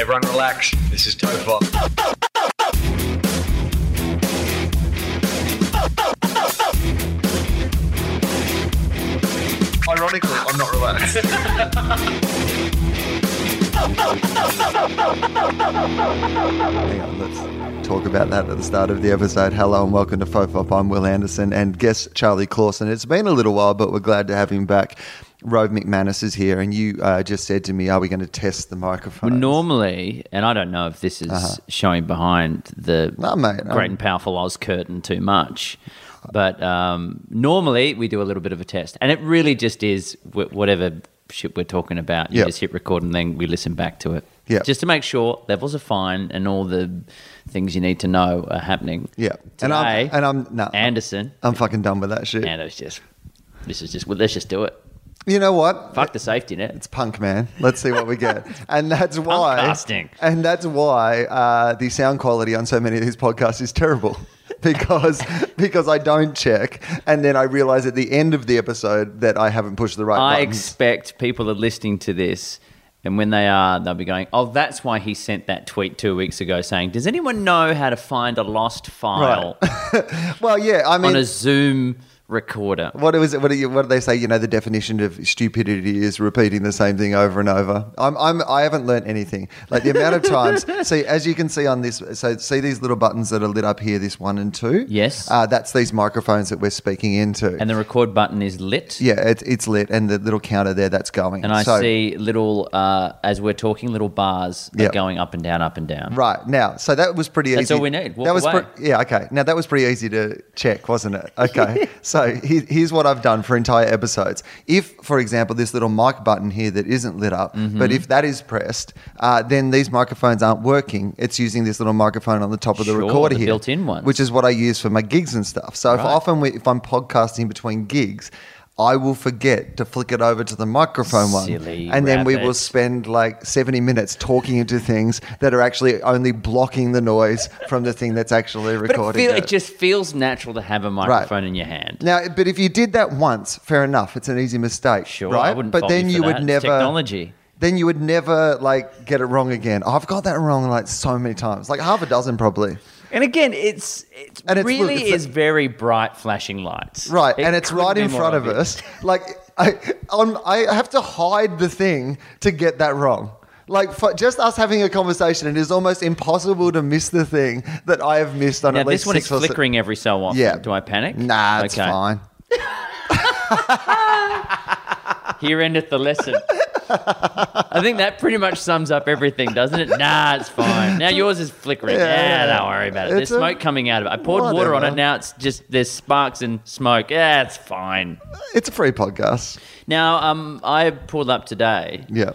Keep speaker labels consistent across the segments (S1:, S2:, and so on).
S1: Everyone relax. This is Topher. Ironically, I'm not relaxed.
S2: Hang on, let's talk about that at the start of the episode. Hello and welcome to Fofop. I'm Will Anderson and guest Charlie Clausen. It's been a little while, but we're glad to have him back. Rove McManus is here, and you uh, just said to me, "Are we going to test the microphone?"
S3: Well, normally, and I don't know if this is showing behind the
S2: Uh-huh. No, mate,
S3: great
S2: I'm-
S3: and powerful Oz curtain too much, but um, normally we do a little bit of a test, and it really just is wh- whatever shit we're talking about. You
S2: Yep.
S3: just hit record and then we listen back to it,
S2: Yep.
S3: just to make sure levels are fine and all the things you need to know are happening.
S2: Yeah.
S3: Today,
S2: And I'm- and I'm- no.
S3: Anderson,
S2: I'm fucking done with that shit.
S3: and it's just this is just well, let's just do it.
S2: You know what?
S3: Fuck the safety net.
S2: It's punk, man. Let's see what we get. And that's why.
S3: Punkcasting.
S2: And that's why uh, the sound quality on so many of these podcasts is terrible. Because because I don't check, and then I realize at the end of the episode that I haven't pushed the right
S3: I
S2: buttons.
S3: expect people are listening to this, and when they are, they'll be going, "Oh, that's why he sent that tweet two weeks ago saying, does anyone know how to find a lost file
S2: well, yeah, I mean,
S3: on a Zoom recorder?"
S2: What was it? What do you? What do they say? You know, the definition of stupidity is repeating the same thing over and over. I'm, I'm, I haven't learnt anything. Like the amount of times. see, as you can see on this, so see these little buttons that are lit up here, this one and two.
S3: Yes.
S2: Uh, that's these microphones that we're speaking into.
S3: And the record button is lit.
S2: yeah, it's it's lit, and the little counter there that's going.
S3: And I
S2: So-
S3: see little, uh, as we're talking, little bars are
S2: Yep.
S3: going up and down, up and down.
S2: Right now, so that was pretty
S3: That's
S2: easy.
S3: all we need. Walk
S2: that was
S3: away.
S2: pre- yeah, okay. Now that was pretty easy to check, wasn't it? Okay. so he- here's what I've done for entire episodes. If, for example, this little mic button here that isn't lit up,
S3: Mm-hmm.
S2: but if that is pressed, uh, then these microphones aren't working. It's using this little microphone on the top of the
S3: Sure,
S2: recorder
S3: the
S2: here,
S3: built-in ones.
S2: which is what I use for my gigs and stuff. So if
S3: Right.
S2: often we, if I'm podcasting between gigs. I will forget to flick it over to the microphone
S3: Silly
S2: one, and then we will
S3: rabbit.
S2: spend like 70 minutes talking into things that are actually only blocking the noise from the thing that's actually
S3: But it,
S2: recording.
S3: feel, it just feels natural to have a microphone in your hand.
S2: now, but if you did that once, fair enough. It's an easy mistake,
S3: Sure,
S2: right?
S3: I wouldn't
S2: but
S3: fault you
S2: then
S3: for
S2: you would
S3: that. It's
S2: never
S3: technology.
S2: Then you would never like get it wrong again. I've got that wrong like so many times, like half a dozen probably.
S3: And again, it's it's,
S2: And it's-
S3: really
S2: look, it's-
S3: is very bright flashing lights.
S2: Right,
S3: It
S2: and it's
S3: couldn't
S2: right
S3: be
S2: in
S3: more
S2: front of
S3: obvious.
S2: us. Like I, I'm, I have to hide the thing to get that wrong. Like for just us having a conversation, it is almost impossible to miss the thing that I have missed on
S3: Now
S2: at least
S3: this one is
S2: six or se-
S3: flickering every so often.
S2: Yeah.
S3: Do I panic?
S2: Nah, it's fine.
S3: Here endeth the lesson. I think that pretty much sums up everything, doesn't it? Nah, it's fine. Now yours is flickering.
S2: Yeah,
S3: Yeah,
S2: yeah.
S3: don't worry about it. There's
S2: It's a-
S3: smoke coming out of it. I poured water on
S2: Whatever.
S3: it. Now it's just there's sparks and smoke. Yeah, it's fine.
S2: It's a free podcast.
S3: Now, um, I pulled up today.
S2: Yeah.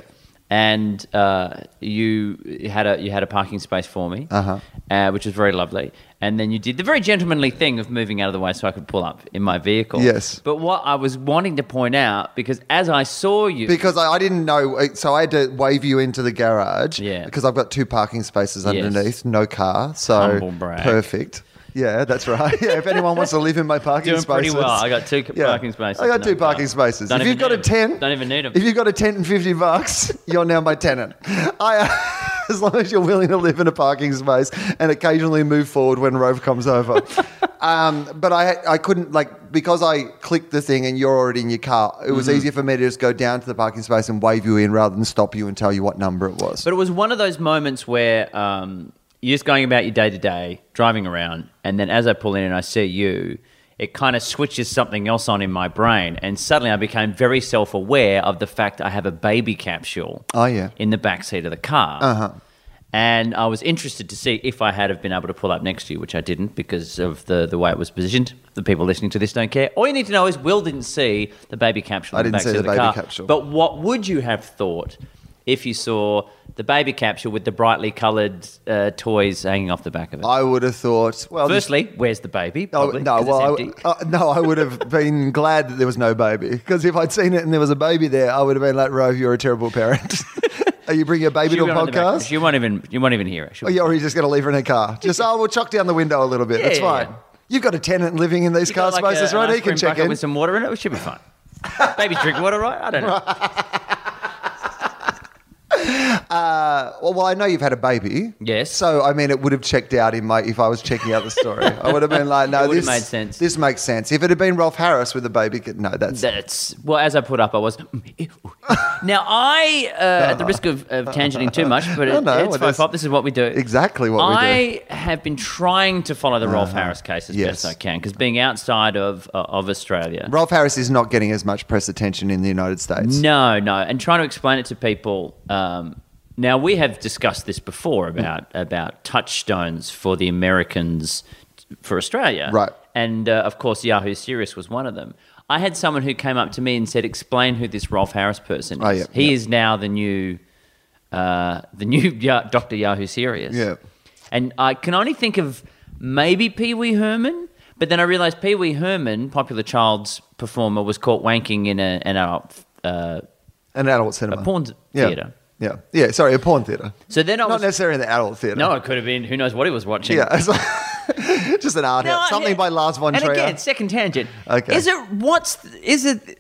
S3: and uh, you had a you had a parking space for me,
S2: Uh-huh.
S3: uh, which was very lovely. And then you did the very gentlemanly thing of moving out of the way so I could pull up in my vehicle.
S2: Yes.
S3: But what I was wanting to point out, because as I saw you,
S2: Because I, I didn't know, uh, so I had to wave you into the garage.
S3: Yeah.
S2: Because I've got two parking spaces
S3: Yes.
S2: underneath, no car, so
S3: Humble brag.
S2: perfect. Yeah, that's right. Yeah, if anyone wants to live in my parking
S3: doing
S2: spaces,
S3: pretty well. I got two c-
S2: Yeah.
S3: parking spaces.
S2: I got
S3: No
S2: two
S3: car.
S2: parking spaces.
S3: Don't
S2: if
S3: even
S2: you've got
S3: need
S2: a
S3: 'em.
S2: ten,
S3: don't even need them.
S2: If you've got a tent and fifty bucks, you're now my tenant. I, as long as you're willing to live in a parking space and occasionally move forward when Rove comes over. um, but I, I couldn't like because I clicked the thing and you're already in your car. It
S3: Mm-hmm.
S2: was easier for me to just go down to the parking space and wave you in rather than stop you and tell you what number it was.
S3: But it was one of those moments where um, you're just going about your day to day, driving around, and then as I pull in and I see you, it kind of switches something else on in my brain, and suddenly I became very self aware of the fact I have a baby capsule.
S2: Oh, yeah.
S3: in the back seat of the car. Uh-huh. And I was interested to see if I had have been able to pull up next to you, which I didn't because of the, the way it was positioned. The people listening to this don't care. All you need to know is Will didn't see the baby capsule.
S2: I
S3: in
S2: didn't
S3: the back
S2: see
S3: seat
S2: the
S3: of the
S2: baby
S3: car.
S2: capsule.
S3: But what would you have thought if you saw the baby capsule with the brightly coloured uh, toys hanging off the back of it?
S2: I would have thought. Well, this-
S3: Firstly, where's the baby?
S2: Oh,
S3: Probably,
S2: no,
S3: 'cause it's
S2: well, I,
S3: empty.
S2: uh, no, I would have been glad that there was no baby because if I'd seen it and there was a baby there, I would have been like, Rove, you're a terrible parent. Are you bringing a baby
S3: She'll
S2: to a
S3: be on in the background.
S2: podcast? Oh,
S3: You won't even you won't even hear it. She'll-
S2: Or you're you just going to leave her in a car? Just, oh, we'll chuck down the window a little bit.
S3: Yeah,
S2: That's
S3: yeah,
S2: fine.
S3: yeah.
S2: You've got a tenant living in these
S3: You
S2: car
S3: got, like, a-
S2: spaces,
S3: an
S2: right?
S3: ice
S2: He can
S3: cream
S2: check
S3: bucket
S2: in.
S3: with some water in it. It should be fine. Maybe drink water, right? I don't know.
S2: Well, well, I know you've had a baby.
S3: Yes.
S2: So, I mean, it would have checked out in my if I was checking out the story. I would have been like, no,
S3: It would have
S2: this
S3: made sense.
S2: This makes sense. If it had been Rolf Harris with a baby, no, that's
S3: That's well. As I put up, I was. Now I, uh, at the risk of, of tangenting too much, but
S2: No,
S3: it,
S2: no,
S3: it's
S2: well,
S3: fine. This is what we do.
S2: exactly what we do. Uh-huh.
S3: I have been trying to follow the Rolf Harris case as
S2: Yes.
S3: best I can because being outside of uh, of Australia.
S2: Rolf Harris is not getting as much press attention in the United States.
S3: No, no, and trying to explain it to people. Um, now we have discussed this before
S2: Mm.
S3: about about touchstones for the Americans for Australia,
S2: Right.
S3: And uh, of course, Yahoo Serious was one of them. I had someone who came up to me and said, "Explain who this Rolf Harris person is.
S2: Oh, yeah,
S3: he
S2: yeah.
S3: is now the new, uh, the new Ya- Doctor Yahoo Serious."
S2: Yeah.
S3: And I can only think of maybe Pee Wee Herman, but then I realized Pee Wee Herman, popular child's performer, was caught wanking in a, in a, uh,
S2: An adult cinema.
S3: a porn
S2: yeah.
S3: theater.
S2: Yeah. Yeah. Sorry, a porn theater.
S3: So then I
S2: not
S3: was.
S2: necessarily in the adult theater.
S3: no, it could have been. Who knows what he was watching?
S2: Yeah. it's like- just an art
S3: No,
S2: house. Something
S3: yeah.
S2: by Lars von
S3: And
S2: Trier.
S3: again, second tangent.
S2: Okay.
S3: Is it what's is it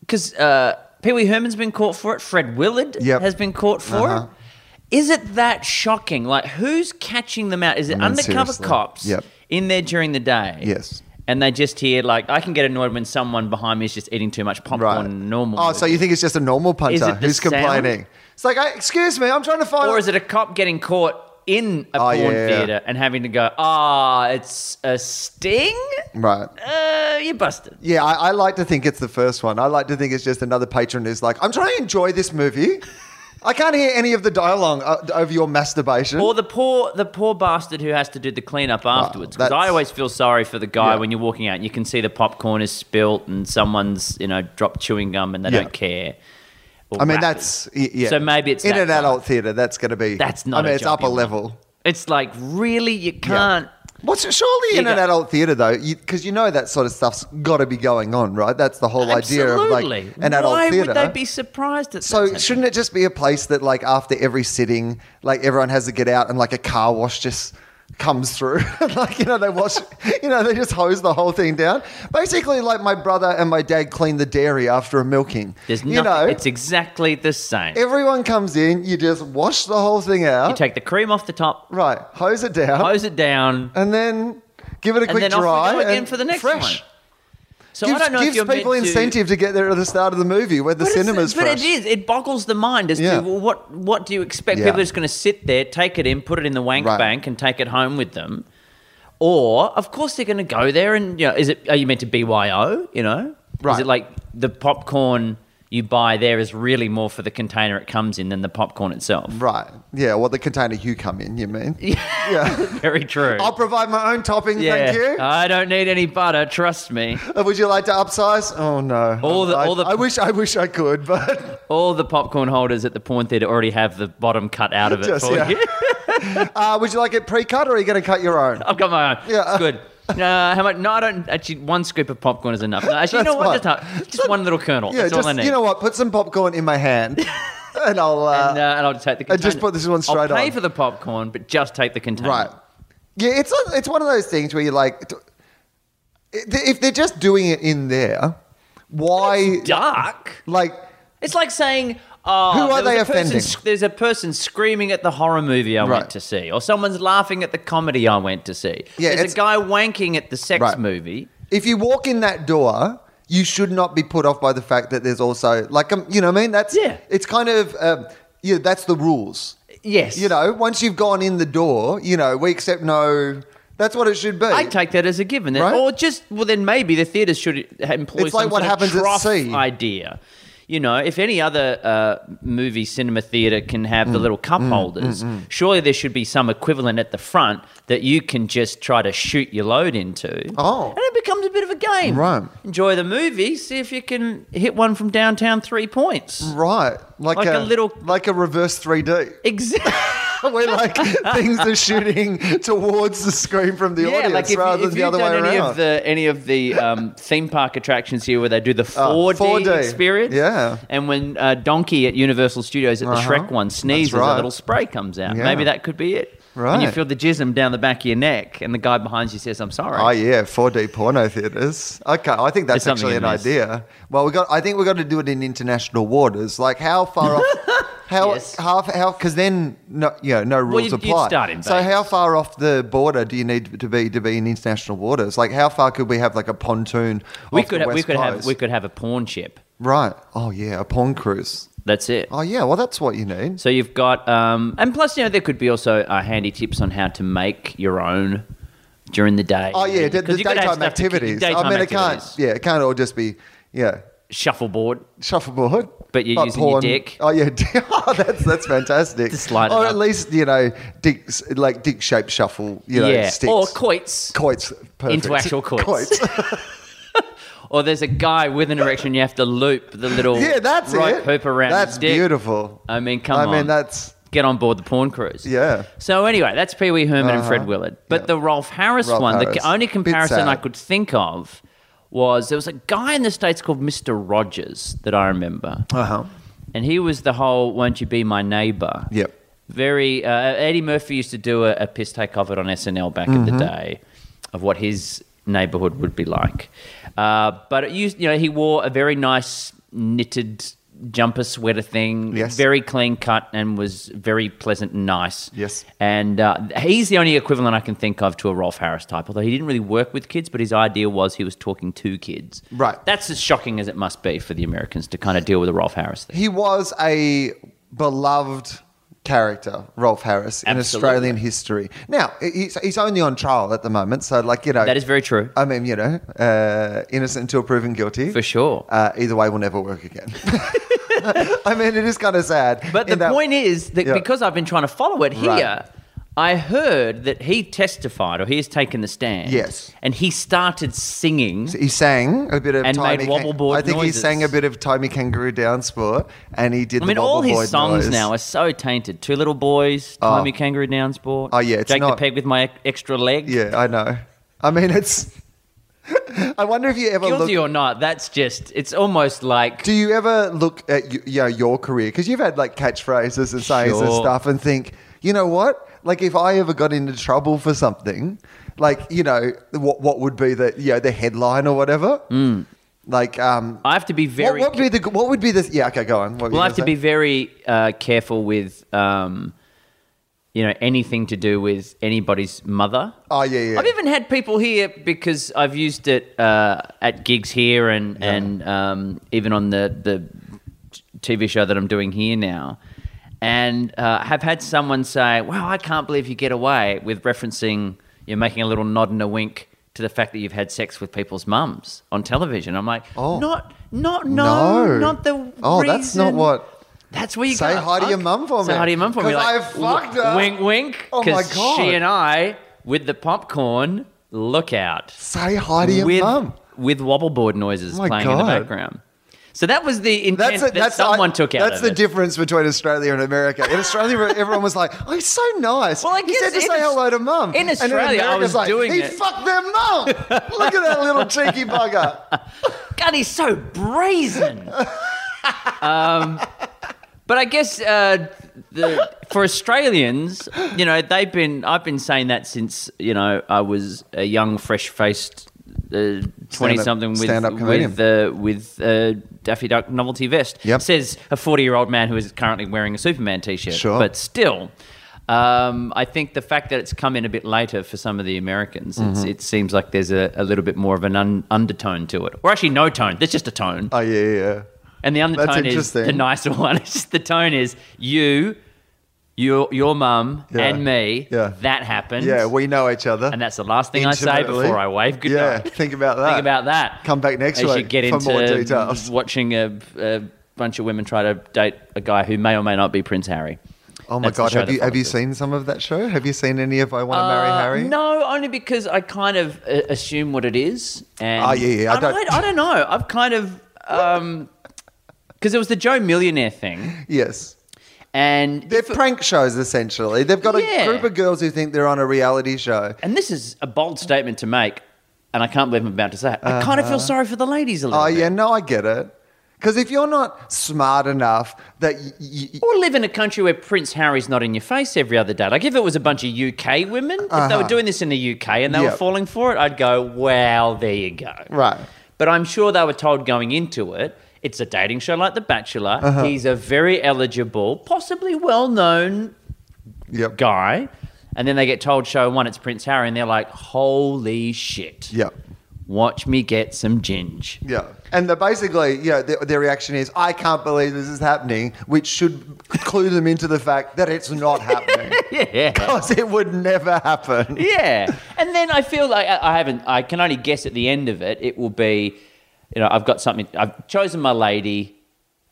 S3: because uh, Pee Wee Herman's been caught for it? Fred Willard
S2: Yep.
S3: has been caught for
S2: Uh-huh.
S3: it. Is it that shocking? Like who's catching them out? Is it
S2: mean,
S3: undercover
S2: seriously.
S3: cops
S2: Yep.
S3: in there during the day?
S2: Yes.
S3: And they just hear like I can get annoyed when someone behind me is just eating too much popcorn.
S2: right.
S3: and Normal.
S2: Oh, so you think it's just a normal punter
S3: Is it the
S2: who's
S3: sound?
S2: complaining? It's like, I, excuse me, I'm trying to find.
S3: or is it a cop getting caught in a
S2: Oh,
S3: porn
S2: yeah, yeah, yeah.
S3: theater and having to go? Ah, it's a sting.
S2: Right.
S3: Uh, you busted.
S2: Yeah, I, I like to think it's the first one. I like to think it's just another patron who's like, I'm trying to enjoy this movie. I can't hear any of the dialogue uh, over your masturbation.
S3: Or the poor, the poor bastard who has to do the cleanup afterwards. Because I
S2: Oh, that's-
S3: always feel sorry for the guy
S2: Yeah.
S3: when you're walking out and you can see the popcorn is spilt and someone's you know dropped chewing gum and they
S2: Yeah.
S3: don't care. Or
S2: I mean,
S3: wrappers.
S2: that's y- yeah.
S3: So maybe it's
S2: in
S3: that
S2: an
S3: guy.
S2: adult theater. That's going to be
S3: That's not
S2: I mean,
S3: a
S2: it's upper
S3: job you
S2: level.
S3: It's like really you
S2: Yeah.
S3: can't.
S2: What's surely
S3: You
S2: in an
S3: go-
S2: adult theater though? Because you, know that sort of stuff's got to be going on, right? That's the whole idea of like
S3: Absolutely.
S2: an adult
S3: Why
S2: theater.
S3: would they be surprised at
S2: so
S3: that?
S2: shouldn't it just be a place that like after every sitting, like everyone has to get out and like a car wash just comes through like you know they wash you know they just hose the whole thing down basically like my brother and my dad clean the dairy after a milking
S3: There's nothing.
S2: you know
S3: it's exactly the same.
S2: everyone comes in you just wash the whole thing out
S3: you take the cream off the top,
S2: Right, hose it down,
S3: hose it down,
S2: and then give it a
S3: and
S2: quick
S3: then
S2: dry.
S3: off we go again
S2: and
S3: for the next
S2: fresh.
S3: one. So
S2: gives
S3: I don't know if
S2: gives
S3: you're meant
S2: people
S3: to-
S2: incentive to get there at the start of the movie where the
S3: But it's-
S2: cinema's
S3: but
S2: fresh.
S3: it is. It boggles the mind as
S2: Yeah.
S3: to well, what what do you expect?
S2: Yeah.
S3: People are just going to sit there, take it in, put it in the wank
S2: Right.
S3: bank, and take it home with them. Or of course they're going to go there and you know, is it? Are you meant to BYO? You know, Is
S2: Right.
S3: it like the popcorn you buy there is really more for the container it comes in than the popcorn itself?
S2: Right. Yeah, well, the container you come in, you mean? Yeah.
S3: Very true.
S2: I'll provide my own topping,
S3: yeah, Uh-huh.
S2: thank you.
S3: I don't need any butter. Trust me.
S2: Uh, Would you like to upsize? Oh no!
S3: All the-
S2: I,
S3: all the-
S2: I wish I wish I could, but
S3: All the popcorn holders at the porn theatre already have the bottom cut out of it
S2: Just-
S3: for
S2: yeah.
S3: you.
S2: uh, would you like it pre-cut or are you going to cut your own?
S3: I've got my own.
S2: Yeah.
S3: It's good. Uh, how much? No, I don't. Actually, one scoop of popcorn is enough. No, actually, you know
S2: That's
S3: what? Just,
S2: fine.
S3: not- just one little kernel.
S2: Yeah,
S3: That's
S2: just
S3: all I need.
S2: you know what? Put some popcorn in my hand, and I'll uh,
S3: and, uh, and I'll just take the
S2: and
S3: container.
S2: just put this one straight
S3: I'll pay
S2: on.
S3: for the popcorn, but just take the container.
S2: Right. Yeah, it's it's one of those things where you're like, t- if they're just doing it in there, why?
S3: Dark.
S2: Like,
S3: It's like saying, oh,
S2: Who are
S3: there was
S2: they
S3: a person
S2: offending?
S3: sc- there's a person screaming at the horror movie I
S2: Right.
S3: went to see, or someone's laughing at the comedy I went to see.
S2: Yeah,
S3: there's
S2: it's-
S3: a guy wanking at the sex
S2: Right.
S3: movie.
S2: if you walk in that door, you should not be put off by the fact that there's also like, um, you know, what I mean, that's
S3: Yeah.
S2: It's kind of um, yeah, that's the rules.
S3: Yes,
S2: You know, once you've gone in the door, you know, we accept no. That's what it should be.
S3: I take that as a given.
S2: Right?
S3: Or just well, then maybe the theatres should employ
S2: It's like
S3: some
S2: what
S3: sort of
S2: happens at
S3: trough
S2: sea.
S3: idea. You know, if any other uh, movie cinema theater can have
S2: Mm.
S3: the little cup holders, surely there should be some equivalent at the front that you can just try to shoot your load into.
S2: Oh.
S3: and it becomes a bit of a game.
S2: Right.
S3: Enjoy the movie. See if you can hit one from downtown three points.
S2: Right, like,
S3: Like a little-
S2: like a reverse three D.
S3: Exactly.
S2: Where like things are shooting towards the screen from the
S3: yeah,
S2: audience
S3: like if,
S2: rather
S3: you,
S2: than
S3: if
S2: the
S3: you've
S2: other way
S3: done
S2: around.
S3: any of the any of the um, theme park attractions here where they do the 4D,
S2: 4D,
S3: experience,
S2: Ah, yeah.
S3: and when uh, Donkey at Universal Studios at
S2: Uh-huh.
S3: the Shrek one sneezes,
S2: right.
S3: a little spray comes out.
S2: Yeah.
S3: Maybe that could be it. And you
S2: Right.
S3: feel the jism down the back of your neck, and the guy behind you says, "I'm sorry."
S2: Oh yeah, four D porno theaters. Okay, I think that's
S3: There's
S2: actually
S3: something
S2: an
S3: in this.
S2: idea. Well, we got. I think we got to do it in international waters. Like how far off? How
S3: Yes.
S2: half? How? Because then no, you know, no rules
S3: you'd- you'd
S2: apply.
S3: start in
S2: so
S3: Vegas.
S2: how far off the border do you need to be to be in international waters? Like how far could we have like a pontoon?
S3: we
S2: off
S3: could
S2: the
S3: have, we
S2: West
S3: could have
S2: Coast?
S3: we could have a pawn ship.
S2: right. Oh yeah, a pond cruise.
S3: That's it.
S2: Oh yeah, well that's what you need.
S3: So you've got, um, and plus, you know, there could be also uh, handy tips on how to make your own during the day.
S2: Oh yeah, the, the
S3: 'Cause you've gotta have
S2: daytime
S3: stuff to keep-
S2: activities.
S3: Daytime
S2: I mean, it
S3: activities.
S2: can't. Yeah, it can't all just be yeah
S3: Shuffleboard.
S2: shuffleboard.
S3: But you're using your dick.
S2: Oh yeah, oh, that's that's fantastic.
S3: Just slide it
S2: or
S3: up.
S2: at least you know dick like dick shaped shuffle. You know, sticks.
S3: or coits.
S2: coits. Perfect.
S3: Into actual coits. Or there's a guy with an erection. You have to loop the little
S2: yeah, that's
S3: right
S2: it.
S3: hoop around.
S2: That's
S3: his dick.
S2: beautiful.
S3: I mean, come
S2: I mean,
S3: on.
S2: that's
S3: Get on board the porn cruise.
S2: Yeah. Uh-huh.
S3: So anyway, that's Pee Wee Herman and Fred Willard. But
S2: Yeah.
S3: the Rolf Harris
S2: Rolf
S3: one,
S2: Harris.
S3: the only
S2: Bit
S3: comparison I
S2: sad.
S3: could think of was there was a guy in the states called Mister Rogers that I remember,
S2: uh huh.
S3: and he was the whole "Won't you be my neighbor?"
S2: Yep.
S3: Very. Uh, Eddie Murphy used to do a, a piss take of it on SNL back
S2: Mm-hmm.
S3: in the day of what his neighborhood would be like. Uh, but it used, you know, he wore a very nice knitted jumper sweater thing,
S2: Yes.
S3: very clean cut, and was very pleasant and nice.
S2: Yes.
S3: And uh, he's the only equivalent I can think of to a Rolf Harris type, although he didn't really work with kids, but his idea was he was talking to kids.
S2: Right.
S3: That's as shocking as it must be for the Americans to kind of deal with a Rolf Harris thing.
S2: He was a beloved character, Rolf Harris, in
S3: Absolutely.
S2: Australian history. Now he's he's only on trial at the moment, so like you know
S3: That is very true.
S2: I mean, you know, uh, innocent until proven guilty.
S3: For sure.
S2: Uh, either way, will never work again. I mean, it is kind of sad.
S3: But the
S2: in that-
S3: point is that
S2: Yeah.
S3: because I've been trying to follow it here,
S2: Right.
S3: I heard that he testified or he has taken the stand.
S2: Yes.
S3: And he started singing.
S2: he sang a bit of
S3: And
S2: Timey
S3: made wobble
S2: Kang-
S3: board
S2: I think
S3: noises.
S2: he sang a bit of Timey Kangaroo Down Sport, and he did.
S3: I mean,
S2: the
S3: all
S2: wobble
S3: his
S2: board
S3: songs
S2: noise.
S3: now are so tainted. Two Little Boys, Timey Kangaroo Down Sport.
S2: Oh, yeah, it's
S3: Jake the
S2: not-
S3: Peg with My Extra Leg.
S2: Yeah, I know. I mean, it's. I wonder if you ever look.
S3: Guilty or not, that's just, it's almost like.
S2: Do you ever look at y- you know, your career because you've had like catchphrases and sayings and
S3: Sure.
S2: stuff, and think, you know what? Like if I ever got into trouble for something, like you know what what would be the you know the headline or whatever? Like um,
S3: I have to be Mm. very.
S2: what, what would be the what would be the yeah? Okay, go on. What were
S3: We'll
S2: you
S3: have to
S2: gonna
S3: be very uh, careful with, um, you know, anything to do with anybody's mother.
S2: Oh, yeah, yeah.
S3: I've even had people here because I've used it uh, at gigs here and and um, even on the the t- TV show that I'm doing here now, and uh, have had someone say, "Wow, I can't believe you get away with referencing, you're making a little nod and a wink." To the fact that you've had sex with people's mums on television, I'm like,
S2: Oh.
S3: not, not, no,
S2: No.
S3: not the.
S2: Oh, that's not
S3: reason."
S2: what-
S3: That's where you
S2: Say
S3: go,
S2: hi to your
S3: "Unc,
S2: mum for
S3: Say
S2: me."
S3: hi to your mum for me.
S2: 'Cause
S3: like,
S2: I fucked
S3: w-
S2: her.
S3: Wink, wink.
S2: Oh, my
S3: 'cause
S2: God.
S3: She and I with the popcorn. Look out.
S2: say hi to your
S3: with
S2: mum?
S3: with wobbleboard noises
S2: Oh, my
S3: playing in the
S2: God.
S3: background. So that was the intent
S2: That's a,
S3: that
S2: that's
S3: someone
S2: I-
S3: took out.
S2: That's
S3: of
S2: the
S3: it.
S2: difference between Australia and America. In Australia, everyone was like, "Oh, he's so nice."
S3: Well, I
S2: he said
S3: guess
S2: to
S3: in
S2: say
S3: Aus-
S2: hello to mum.
S3: in
S2: And in
S3: Australia, I
S2: America's
S3: was
S2: like,
S3: doing
S2: he
S3: it."
S2: fucked their mum. Look at that little cheeky bugger.
S3: God, he's so brazen. um, but I guess uh, the, for Australians, you know, they've been. I've been saying that since you know I was a young, fresh-faced uh, twenty-something with
S2: stand-up comedian.
S3: with uh, with uh, Daffy Duck novelty vest.
S2: Yep.
S3: Says a forty-year-old man who is currently wearing a Superman T-shirt.
S2: Sure.
S3: but still. Um, I think the fact that it's come in a bit later for some of the Americans,
S2: Mm-hmm.
S3: it's, it seems like there's a, a little bit more of an un- undertone to it, or actually no tone. There's just a tone,
S2: Oh yeah, yeah.
S3: and the undertone is
S2: interesting.
S3: the nicer one. It's just the tone is you, your your mum
S2: Yeah.
S3: and me.
S2: Yeah.
S3: That happened.
S2: Yeah, we know each other.
S3: and that's the last thing I say
S2: Intimately.
S3: before I wave
S2: Yeah,
S3: goodnight.
S2: think about that.
S3: Think about that.
S2: Come back next
S3: as you
S2: week
S3: get
S2: for
S3: into
S2: more details.
S3: watching a, a bunch of women try to date a guy who may or may not be Prince Harry.
S2: Oh my
S3: That's the
S2: god,
S3: show
S2: have
S3: that
S2: you have you
S3: follows it.
S2: seen some of that show? Have you seen any of I Want to Marry
S3: Uh,
S2: Harry?
S3: No, only because I kind of uh, assume what it is. And
S2: Ah, yeah, yeah, I
S3: I, don't,
S2: don't-
S3: I, don't know. I've kind of um, because it was the Joe Millionaire thing,
S2: Yes.
S3: and
S2: They're prank shows essentially. They've got a
S3: Yeah.
S2: group of girls who think they're on a reality show.
S3: and this is a bold statement to make, and I can't believe I'm about to say it. I kind of feel sorry for the ladies a little.
S2: Uh-huh. Oh
S3: bit.
S2: yeah, no, I get it. Because if you're not smart enough that y- y- y-
S3: Or live in a country where Prince Harry's not in your face every other day. Like if it was a bunch of UK women, if they were doing this in the UK and they
S2: Uh-huh. Yep.
S3: were falling for it, I'd go, well, there you go.
S2: Right.
S3: But I'm sure they were told going into it, it's a dating show like The Bachelor.
S2: Uh-huh.
S3: He's a very eligible, possibly well known
S2: yep.
S3: guy. And then they get told show one, it's Prince Harry, and they're like, holy shit.
S2: Yep.
S3: Watch me get some ginge.
S2: Yeah. And they're basically, yeah, their, their reaction is, I can't believe this is happening, which should clue them into the fact that it's not happening.
S3: Yeah.
S2: Because it would never happen.
S3: yeah. And then I feel like I, I haven't. I can only guess at the end of it. It will be, you know, I've got something. I've chosen my lady.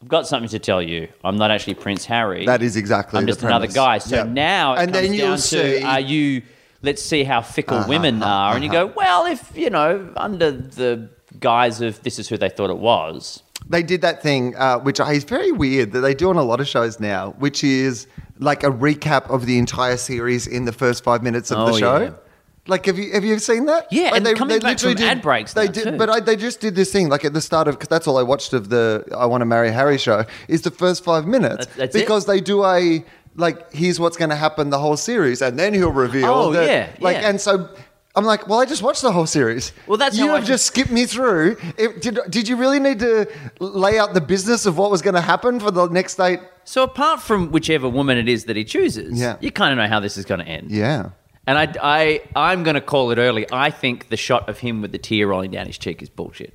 S3: I've got something to tell you. I'm not actually Prince Harry.
S2: That is exactly
S3: I'm
S2: the
S3: just another
S2: premise.
S3: guy. So
S2: Yeah.
S3: now it
S2: And
S3: comes
S2: then you'll
S3: down
S2: see- Uh-huh,
S3: to are you? Let's see how fickle women are. And you go, well, if you know, under the guise of this is who they thought it was.
S2: They did that thing, uh, which I- is very weird that they do on a lot of shows now, which is like a recap of the entire series in the first five minutes of the
S3: Oh,
S2: show.
S3: yeah.
S2: Like, have you have you seen that?
S3: Yeah,
S2: Like,
S3: and coming back
S2: literally
S3: from ad breaks
S2: They
S3: now,
S2: did,
S3: too.
S2: but I, they just did this thing like at the start of because that's all I watched of the I Want to Marry Harry show is the first five minutes
S3: That's- that's it?
S2: because they do a like here's what's going to happen the whole series and then he'll reveal.
S3: Oh,
S2: that,
S3: yeah,
S2: like
S3: yeah.
S2: and so. I'm like, well, I just watched the whole series.
S3: Well, that's
S2: you
S3: how I
S2: have
S3: feel.
S2: just skip me through. It, did, did you really need to lay out the business of what was going to happen for the next eight?
S3: So apart from whichever woman it is that he chooses,
S2: Yeah.
S3: you kind of know how this is going to end.
S2: Yeah.
S3: And I, I, I'm going to call it early. I think the shot of him with the tear rolling down his cheek is bullshit.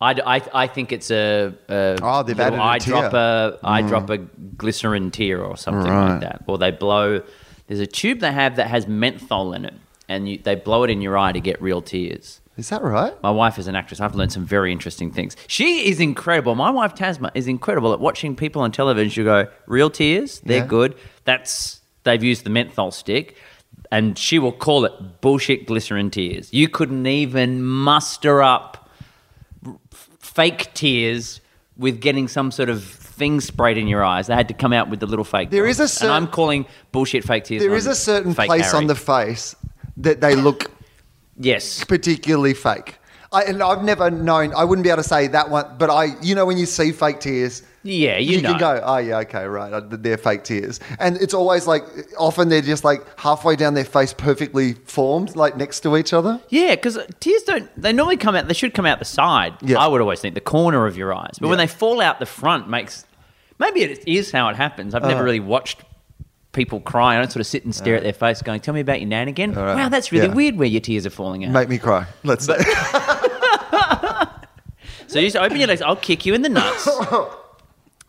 S3: I, d- I- I think it's a, a
S2: Oh, they've
S3: little
S2: added a Mm.
S3: eyedropper, eyedropper glycerin tear or something
S2: Right.
S3: like that. Or they blow. There's a tube they have that has menthol in it, and you, they blow it in your eye to get real tears.
S2: Is that right?
S3: My wife is an actress. I've learned some very interesting things. She is incredible. My wife Tasma is incredible at watching people on television. She'll go, "Real tears, they're
S2: Yeah.
S3: good. That's they've used the menthol stick." And she will call it bullshit glycerin tears. You couldn't even muster up f- fake tears with getting some sort of thing sprayed in your eyes. They had to come out with the little fake.
S2: There is a
S3: ones.
S2: cer-
S3: and I'm calling bullshit fake tears.
S2: There
S3: on
S2: is a certain
S3: fake
S2: place on
S3: Harry.
S2: the face that they look
S3: yes.
S2: particularly fake. I, and I've never known. I wouldn't be able to say that one, but I, you know, when you see fake tears,
S3: Yeah, you
S2: can
S3: know.
S2: go, oh yeah, okay, right, uh, they're fake tears, and it's always like, often they're just like halfway down their face, perfectly formed, like next to each other.
S3: Yeah, because tears don't. They normally come out. They should come out the side.
S2: Yeah.
S3: I would always think the corner of your eyes, but when
S2: Yeah.
S3: they fall out the front, makes maybe it is how it happens. I've never
S2: Uh.
S3: really watched people cry. I don't sort of sit and stare at their face, going, "Tell me about your nan again."
S2: right.
S3: Wow, that's really
S2: Yeah.
S3: weird where your tears are falling out.
S2: Make me cry. Let's.
S3: So you just open your legs. I'll kick you in the nuts. but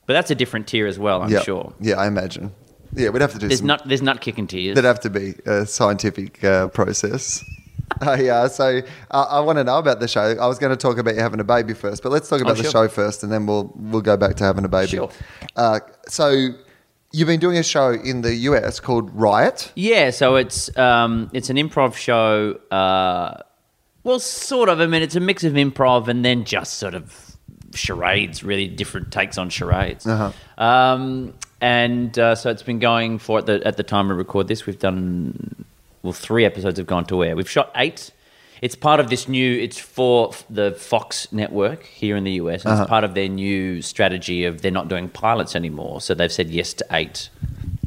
S3: that's a different tear as well. I'm
S2: yeah,
S3: sure.
S2: Yeah, I imagine. Yeah, we'd have to do
S3: There's
S2: some
S3: not. There's not kicking tears.
S2: That'd have to be a scientific uh, process. Uh, yeah, so uh, I want to know about the show. I was going to talk about you having a baby first, but let's talk about the
S3: Oh, sure.
S2: show first, and then we'll we'll go back to having a baby.
S3: Sure.
S2: Uh, so you've been doing a show in the US called Riot.
S3: Yeah, so it's um, it's an improv show. Uh, well, sort of. I mean, it's a mix of improv and then just sort of charades, really different takes on charades.
S2: Uh-huh.
S3: Um, and uh, so it's been going for at the at the time we record this, we've done well three episodes have gone to air. We've shot eight. It's part of this new. It's for f- the Fox network here in the US. And
S2: Uh-huh.
S3: It's part of their new strategy of they're not doing pilots anymore, so they've said yes to eight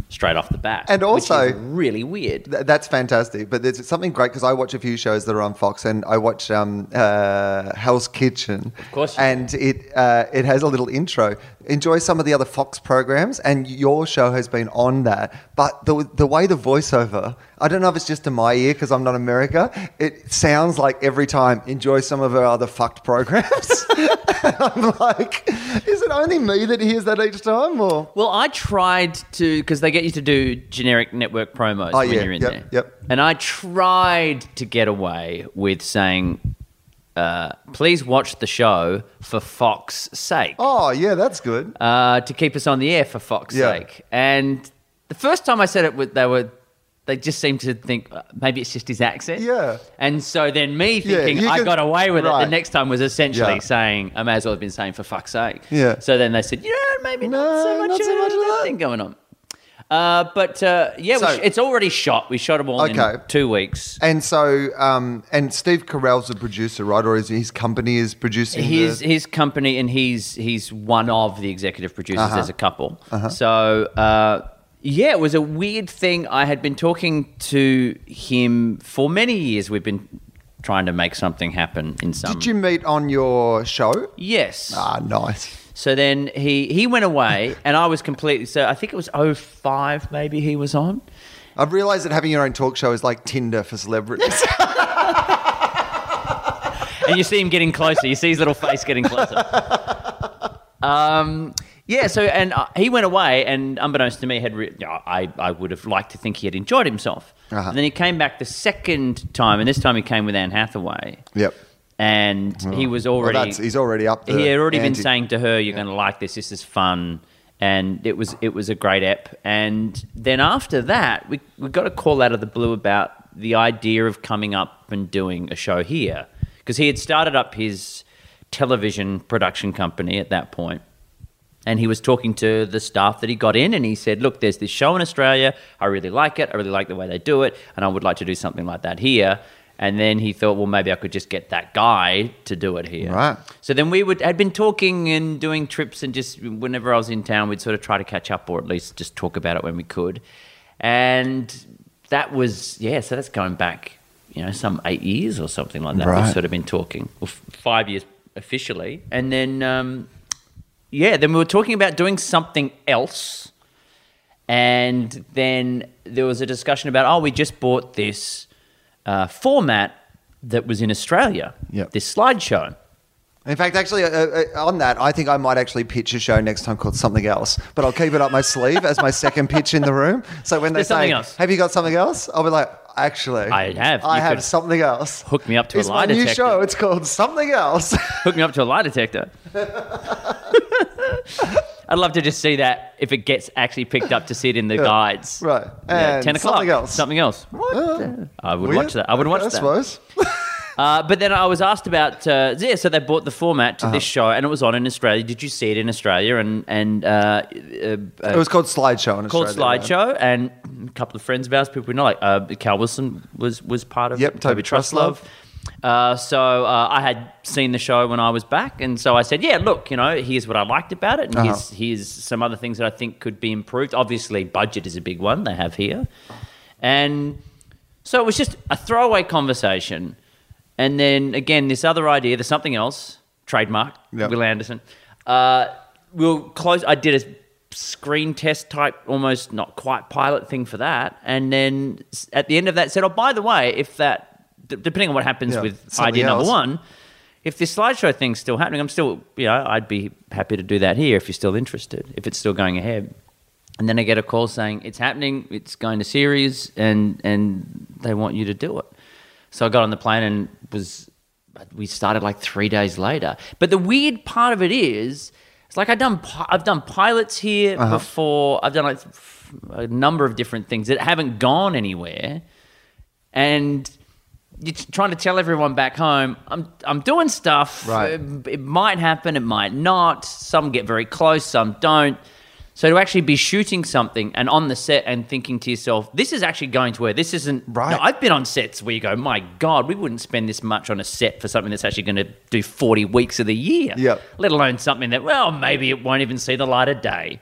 S3: straight off the bat.
S2: And
S3: which is
S2: also-
S3: really weird.
S2: Th- that's fantastic. But there's something great because I watch a few shows that are on Fox, and I watch um, uh, Hell's Kitchen. Of
S3: course you
S2: And it uh, it has a little intro. Enjoy some of the other Fox programs, and your show has been on that. But the the way the voiceover, I don't know if it's just to my ear because I'm not America. It sounds like every time. Enjoy some of our other fucked programs. I'm like, is it only me that hears that each time, or
S3: Well, I tried to because they get you to do generic network promos
S2: Oh,
S3: when
S2: yeah,
S3: you're in
S2: yep,
S3: there.
S2: yep.
S3: And I tried to get away with saying uh, please watch the show for Fox's sake.
S2: Oh, yeah, that's good.
S3: uh, to keep us on the air for Fox's
S2: Yeah.
S3: sake. And the first time I said it, with- they were. They just seemed to think uh, maybe it's just his accent.
S2: Yeah.
S3: And so then me
S2: Yeah,
S3: thinking
S2: you
S3: I
S2: can-
S3: got away with it
S2: right.
S3: the next time was essentially
S2: Yeah.
S3: saying I may as well have been saying for fuck's sake.
S2: Yeah.
S3: So then they said, yeah, maybe not so
S2: No,
S3: much
S2: not
S3: of
S2: so much of
S3: that
S2: that.
S3: thing going on. Uh, but uh, yeah, we
S2: So-
S3: sh- it's already shot. We shot them all
S2: Okay.
S3: in two weeks.
S2: And so, um, and Steve Carell's the producer, right? Or is his company is producing?
S3: his
S2: the-
S3: his company and he's he's one of the executive producers
S2: Uh-huh.
S3: as a couple. So uh, yeah, it was a weird thing. I had been talking to him for many years. We've been trying to make something happen in some.
S2: Did you meet on your show?
S3: Yes.
S2: Ah, nice.
S3: So then he he went away, and I was completely. So I think it was 05 maybe he was on.
S2: I've realised that having your own talk show is like Tinder for celebrities.
S3: and you see him getting closer. You see his little face getting closer. Um, yeah. So, and uh, he went away, and unbeknownst to me, had re- I I would have liked to think he had enjoyed himself.
S2: Uh-huh.
S3: And then he came back the second time, and this time he came with Anne Hathaway.
S2: yep.
S3: And he was already
S2: Oh. that's- he's already up the
S3: He had already been
S2: ante.
S3: saying to her, "You're going to like this. This is fun." And it was it was a great ep. And then after that, we we got a call out of the blue about the idea of coming up and doing a show here because he had started up his television production company at that point. And he was talking to the staff that he got in, and he said, Look, there's this show in Australia. I really like it. I really like the way they do it. And I would like to do something like that here. And then he thought, Well, maybe I could just get that guy to do it here.
S2: Right.
S3: So then we would, had been talking and doing trips, and just whenever I was in town, we'd sort of try to catch up or at least just talk about it when we could. And that was, yeah, so that's going back, you know, some eight years or something like that. We've
S2: Right.
S3: sort of been talking, well, f- five years officially. And then, um, yeah, then we were talking about doing something else. And then there was a discussion about, oh, we just bought this uh, format that was in Australia,
S2: Yep.
S3: this slideshow.
S2: In fact, actually, uh, uh, on that, I think I might actually pitch a show next time called something else. But I'll keep it up my sleeve as my second pitch in the room. So when they
S3: There's
S2: say,
S3: something else.
S2: "Have you got something else?" I'll be like, "Actually,
S3: I have.
S2: I
S3: You
S2: have
S3: could
S2: something else."
S3: hook me up to a
S2: it's
S3: lie
S2: my new
S3: detector.
S2: show. It's called something else.
S3: Hook me up to a lie detector. I'd love to just see that if it gets actually picked up to see it in the guides.
S2: right.
S3: Yeah,
S2: And
S3: 10 o'clock.
S2: something else.
S3: Something else. What? the- I would watch that. I would watch
S2: Uh, I
S3: that.
S2: suppose.
S3: Uh, but then I was asked about uh, yeah, so they bought the format to this
S2: Uh-huh.
S3: show, and it was on in Australia. Did you see it in Australia? And and uh, uh,
S2: It was called slideshow. In
S3: called
S2: Australia, right?
S3: slideshow, and a couple of friends of ours, people we know, like uh, Cal Wilson was was part of.
S2: Yep,
S3: it,
S2: Toby Truslove.
S3: Uh, so uh, I had seen the show when I was back, and so I said, "Yeah, look, you know, here's what I liked about it,
S2: Uh-huh.
S3: and here's here's some other things that I think could be improved. Obviously, budget is a big one they have here, and so it was just a throwaway conversation, and then again, this other idea, there's something else, trademark,
S2: Yep.
S3: Will Anderson. Uh, we'll close. I did a screen test type, almost not quite pilot thing for that, and then s- at the end of that, said, "Oh, by the way, if that, d- depending on what happens
S2: Yeah,
S3: with
S2: something
S3: idea number
S2: else.
S3: one, if this slideshow thing's still happening, I'm still, you know, I'd be happy to do that here if you're still interested, if it's still going ahead." And then I get a call saying it's happening, it's going to series, and and they want you to do it. So I got on the plane and was we started like three days later. But the weird part of it is, it's like I've done pi- I've done pilots here
S2: Uh-huh.
S3: before. I've done like f- a number of different things that haven't gone anywhere, and you're t- trying to tell everyone back home, I'm I'm doing stuff.
S2: Right.
S3: It, it might happen, it might not. Some get very close, some don't. So to actually be shooting something and on the set and thinking to yourself, this is actually going to where this isn't.
S2: Right.
S3: Now, I've been on sets where you go, my God, we wouldn't spend this much on a set for something that's actually going to do 40 weeks of the year.
S2: Yep.
S3: Let alone something that, well, maybe it won't even see the light of day.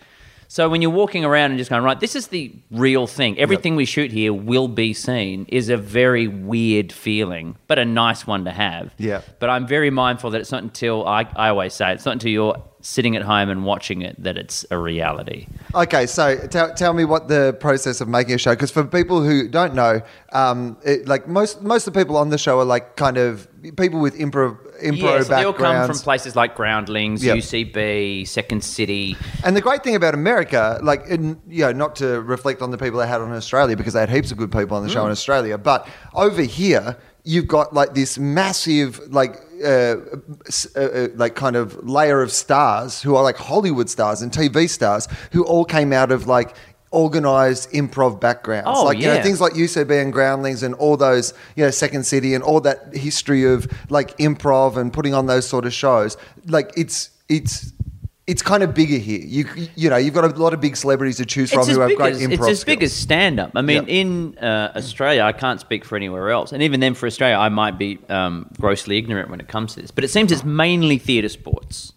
S3: So when you're walking around and just going, right, this is the real thing. Everything we shoot here will be seen is a very weird feeling, but a nice one to have.
S2: Yeah.
S3: But I'm very mindful that it's not until I, I always say it's not until you're sitting at home and watching it that it's a reality.
S2: Okay, so tell tell me what the process of making a show. Because for people who don't know, um, it, like most most of the people on the show are like kind of people with improv improv
S3: yeah, so they all come from
S2: backgrounds.
S3: places like Groundlings,
S2: Yep.
S3: UCB, Second City.
S2: and the great thing about America, like in, you know, not
S3: Mm.
S2: to reflect on the people they had on Australia because they had heaps of good people on the show in Australia, but over here. you've got like this massive like uh, s- uh, uh, like kind of layer of stars who are like Hollywood stars and TV stars who all came out of like organized improv backgrounds
S3: Oh,
S2: like you know
S3: yeah.
S2: things like UCB and Groundlings and all those you know Second City and all that history of like improv and putting on those sort of shows like it's it's it's kind of bigger here you you know you've got a lot of big celebrities to choose from
S3: as
S2: who have
S3: big
S2: great
S3: as-
S2: improv
S3: It's as big
S2: skills.
S3: as stand up. I mean,
S2: Yeah.
S3: in uh, Australia, I can't speak for anywhere else. And even then, for Australia, I might be um, grossly ignorant when it comes to this. But it seems it's mainly theatre sports.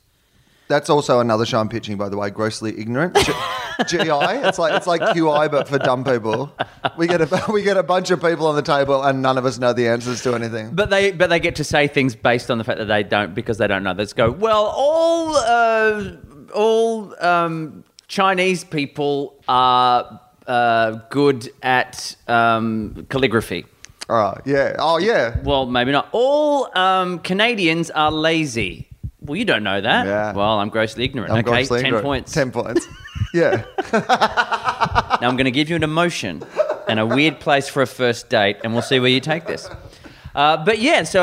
S2: That's also another show I'm pitching, by the way. Grossly ignorant, G- GI. It's like it's like QI, but for dumb people. We get a we get a bunch of people on the table, and none of us know the answers to anything.
S3: But they but they get to say things based on the fact that they don't because they don't know. Let's go. Well, all uh, all um, Chinese people are uh, good at um, calligraphy.
S2: All right, yeah. Oh yeah.
S3: Well, maybe not. All um, Canadians are lazy. Well, you don't know that.
S2: Yeah.
S3: Well, I'm grossly ignorant.
S2: I'm
S3: okay,
S2: grossly
S3: ten
S2: ignorant.
S3: points.
S2: Ten points. Yeah.
S3: Now I'm going to give you an emotion and a weird place for a first date, and we'll see where you take this. Uh, but yeah, so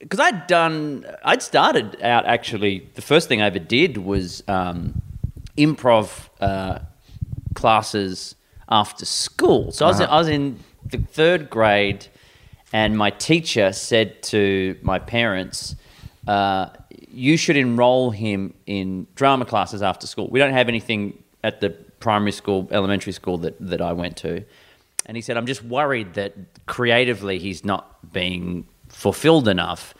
S3: because I'd done, I'd started out actually. The first thing I ever did was um, improv uh, classes after school. So
S2: Uh-huh.
S3: I, was, I was in the third grade, and my teacher said to my parents. Uh, you should enroll him in drama classes after school. We don't have anything at the primary school, elementary school that, that I went to. And he said, I'm just worried that creatively he's not being fulfilled enough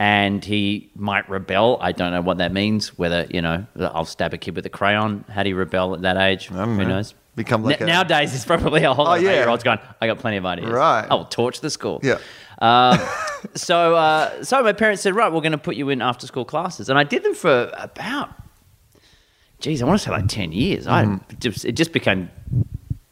S3: and he might rebel. I don't know what that means, whether, you know, I'll stab a kid with a crayon. How do you rebel at that age? Who knows?
S2: Become like
S3: N-
S2: a- Oh,
S3: nowadays, it's probably a whole lot of
S2: yeah.
S3: eight-year-olds going, I got plenty of ideas. Oh,
S2: Right.
S3: I will torch the school.
S2: Yeah.
S3: Um, so, uh, so my parents said, right, we're going to put you in after school classes, and I did them for about, geez, I want to say like ten years. I just, it just became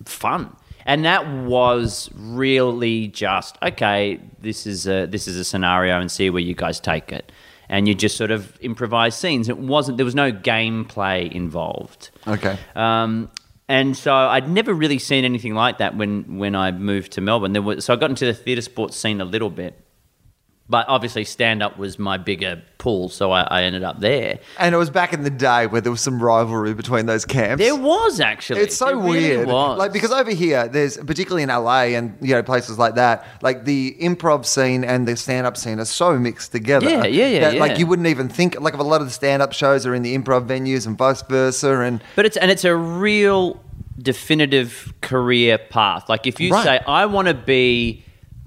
S3: fun, and that was really just okay. This is a this is a scenario, and see where you guys take it. And you just sort of improvise scenes. It wasn't there was no gameplay involved.
S2: Okay.
S3: Um, and so I'd never really seen anything like that when, when I moved to Melbourne. There was, so I got into the theatre sports scene a little bit. But obviously, stand up was my bigger pull, so I, I ended up there.
S2: And it was back in the day where there was some rivalry between those camps.
S3: There was actually.
S2: It's so
S3: There really
S2: weird.
S3: was.
S2: Like because over here, there's particularly in LA and you know places like that, like the improv scene and the stand-up scene are so mixed together.
S3: Yeah, yeah, yeah,
S2: that, Like
S3: yeah.
S2: you wouldn't even think like if a lot of the stand-up shows are in the improv venues and vice versa. And
S3: But it's and it's a real definitive career path. Like if you
S2: Right.
S3: say, I want to be,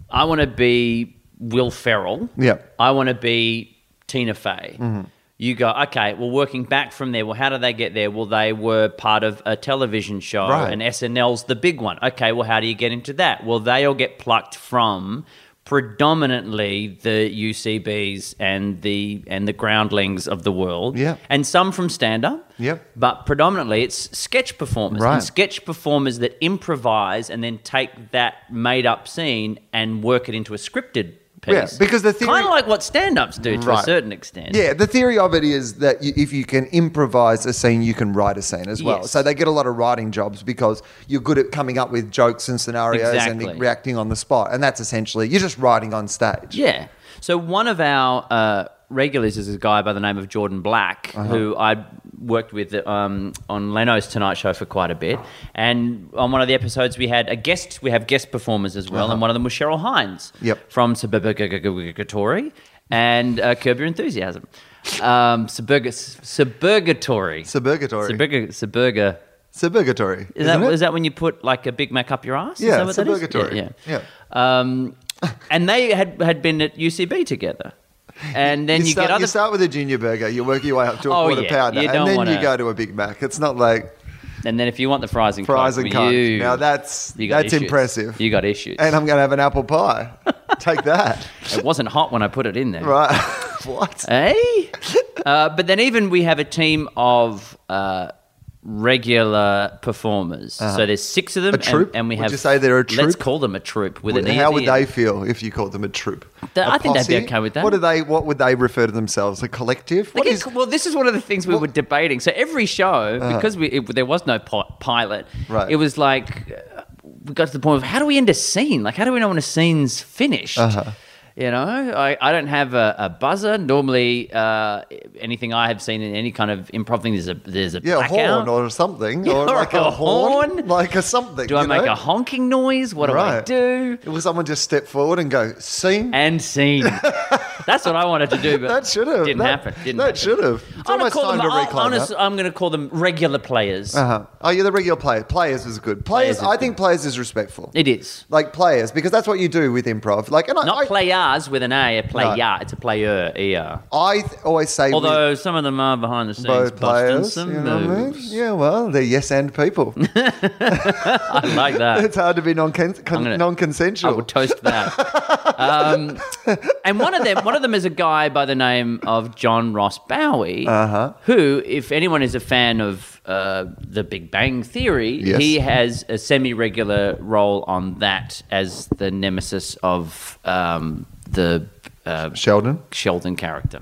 S3: I want to be Will Ferrell.
S2: Yeah.
S3: I want to be Tina Fey.
S2: Mm-hmm.
S3: You go, okay. Well, working back from there. Well, how did they get there? Well, they were part of a television show,
S2: Right.
S3: and SNL's the big one. Okay. Well, how do you get into that? Well, they all get plucked from predominantly the UCBs and the and the groundlings of the world.
S2: Yeah.
S3: And some from stand up.
S2: Yep.
S3: But predominantly, it's sketch performers
S2: Right.
S3: and sketch performers that improvise and then take that made-up scene and work it into a scripted piece.
S2: Yeah, because the theory-
S3: kind of like what stand-ups do to
S2: Right.
S3: a certain extent.
S2: yeah, the theory of it is that you, if you can improvise a scene, you can write a scene as well.
S3: Yes.
S2: So they get a lot of writing jobs because you're good at coming up with jokes and scenarios
S3: Exactly.
S2: and reacting on the spot. And that's essentially you're just writing on stage.
S3: Yeah. So one of our uh, regulars is a guy by the name of Jordan Black,
S2: Uh-huh.
S3: who I worked with um, on Leno's Tonight Show for quite a bit. And on one of the episodes, we had a guest. We have guest performers as well, and one of them was Cheryl Hines
S2: Uh-huh. Yep.
S3: from Suburgatory and uh, Curb Your Enthusiasm. Um, Suburga, Suburgatory.
S2: Suburgatory.
S3: Suburga, Suburga.
S2: Suburgatory.
S3: Is
S2: isn't
S3: that,
S2: it?
S3: is that when you put like a Big Mac up your ass?
S2: Yeah,
S3: is that what that is?
S2: suburgatory.
S3: Yeah. yeah. Um, and they had, had been at UCB together. And then you,
S2: start,
S3: get other.
S2: you start with a junior burger, you work your way up to a
S3: Oh,
S2: quarter
S3: yeah.
S2: pounder,
S3: You
S2: and
S3: don't
S2: then you
S3: wanna-
S2: go to a Big Mac. It's not like
S3: and then if you want the fries and
S2: fries
S3: Coke,
S2: and Coke.
S3: you-
S2: Now that's
S3: you got
S2: that's
S3: issues.
S2: impressive.
S3: You got issues.
S2: and I'm going to have an apple pie. Take that,
S3: it wasn't hot when I put it in there.
S2: right? what?
S3: Hey? uh, but then even we have a team of uh, regular performers. So there's six of them.
S2: Uh-huh. A troop?
S3: And, and we
S2: Would
S3: have.
S2: you say they're a
S3: Let's
S2: troop?
S3: call them a troop. With an E at
S2: How
S3: the
S2: would
S3: end.
S2: they feel if you called them a troop?
S3: Th-
S2: I
S3: I think they'd be okay with that.
S2: What do they? What would they refer to themselves? A collective?
S3: They
S2: What
S3: get-
S2: is- Uh-huh.
S3: well, this is one of the things we were debating. So every show, because we it, there was no pi- pilot,
S2: Right.
S3: it was like uh, we got to the point of how do we end a scene? Like, how do we know when a scene's finished?
S2: Uh-huh.
S3: You know, I, I don't have a, a buzzer. Normally, uh, anything I have seen in any kind of improv thing, there's a there's a
S2: Yeah, a
S3: blackout.
S2: horn or something,
S3: Yeah,
S2: or like a,
S3: a
S2: horn,
S3: horn.
S2: like a something.
S3: do I
S2: you
S3: make
S2: know?
S3: a honking noise? What do I
S2: Right.
S3: do?
S2: Will someone just step forward and go, scene?
S3: And scene. That's what I wanted to do, but
S2: that should have.
S3: didn't
S2: that,
S3: happen. Didn't
S2: that
S3: happen.
S2: should have. It's
S3: I'm gonna
S2: almost
S3: call
S2: time
S3: them.
S2: to
S3: I'll-
S2: reclaim
S3: honest-
S2: that.
S3: I'm going to call them regular players.
S2: Uh-huh. Oh, you're the regular player. Players is good. Players,
S3: Players is
S2: I think players is respectful.
S3: It is
S2: like players, because that's what you do with improv. Like, and I,
S3: not
S2: I,
S3: players with an A. A player.
S2: No.
S3: It's a player. Er.
S2: I th- always say with-
S3: Although some of them are behind the scenes
S2: both
S3: busting
S2: players.
S3: some
S2: you know what I mean?
S3: moves.
S2: Yeah, well, they're yes and people.
S3: I like that.
S2: it's hard to be non-con-
S3: I'm gonna- I
S2: non-consensual.
S3: will toast that. um, and one of them, one of them is a guy by the name of John Ross Bowie,
S2: Uh-huh.
S3: who, if anyone is a fan of uh, The Big Bang Theory,
S2: Yes.
S3: he has a semi-regular role on that as the nemesis of um, the uh,
S2: Sheldon,
S3: Sheldon character.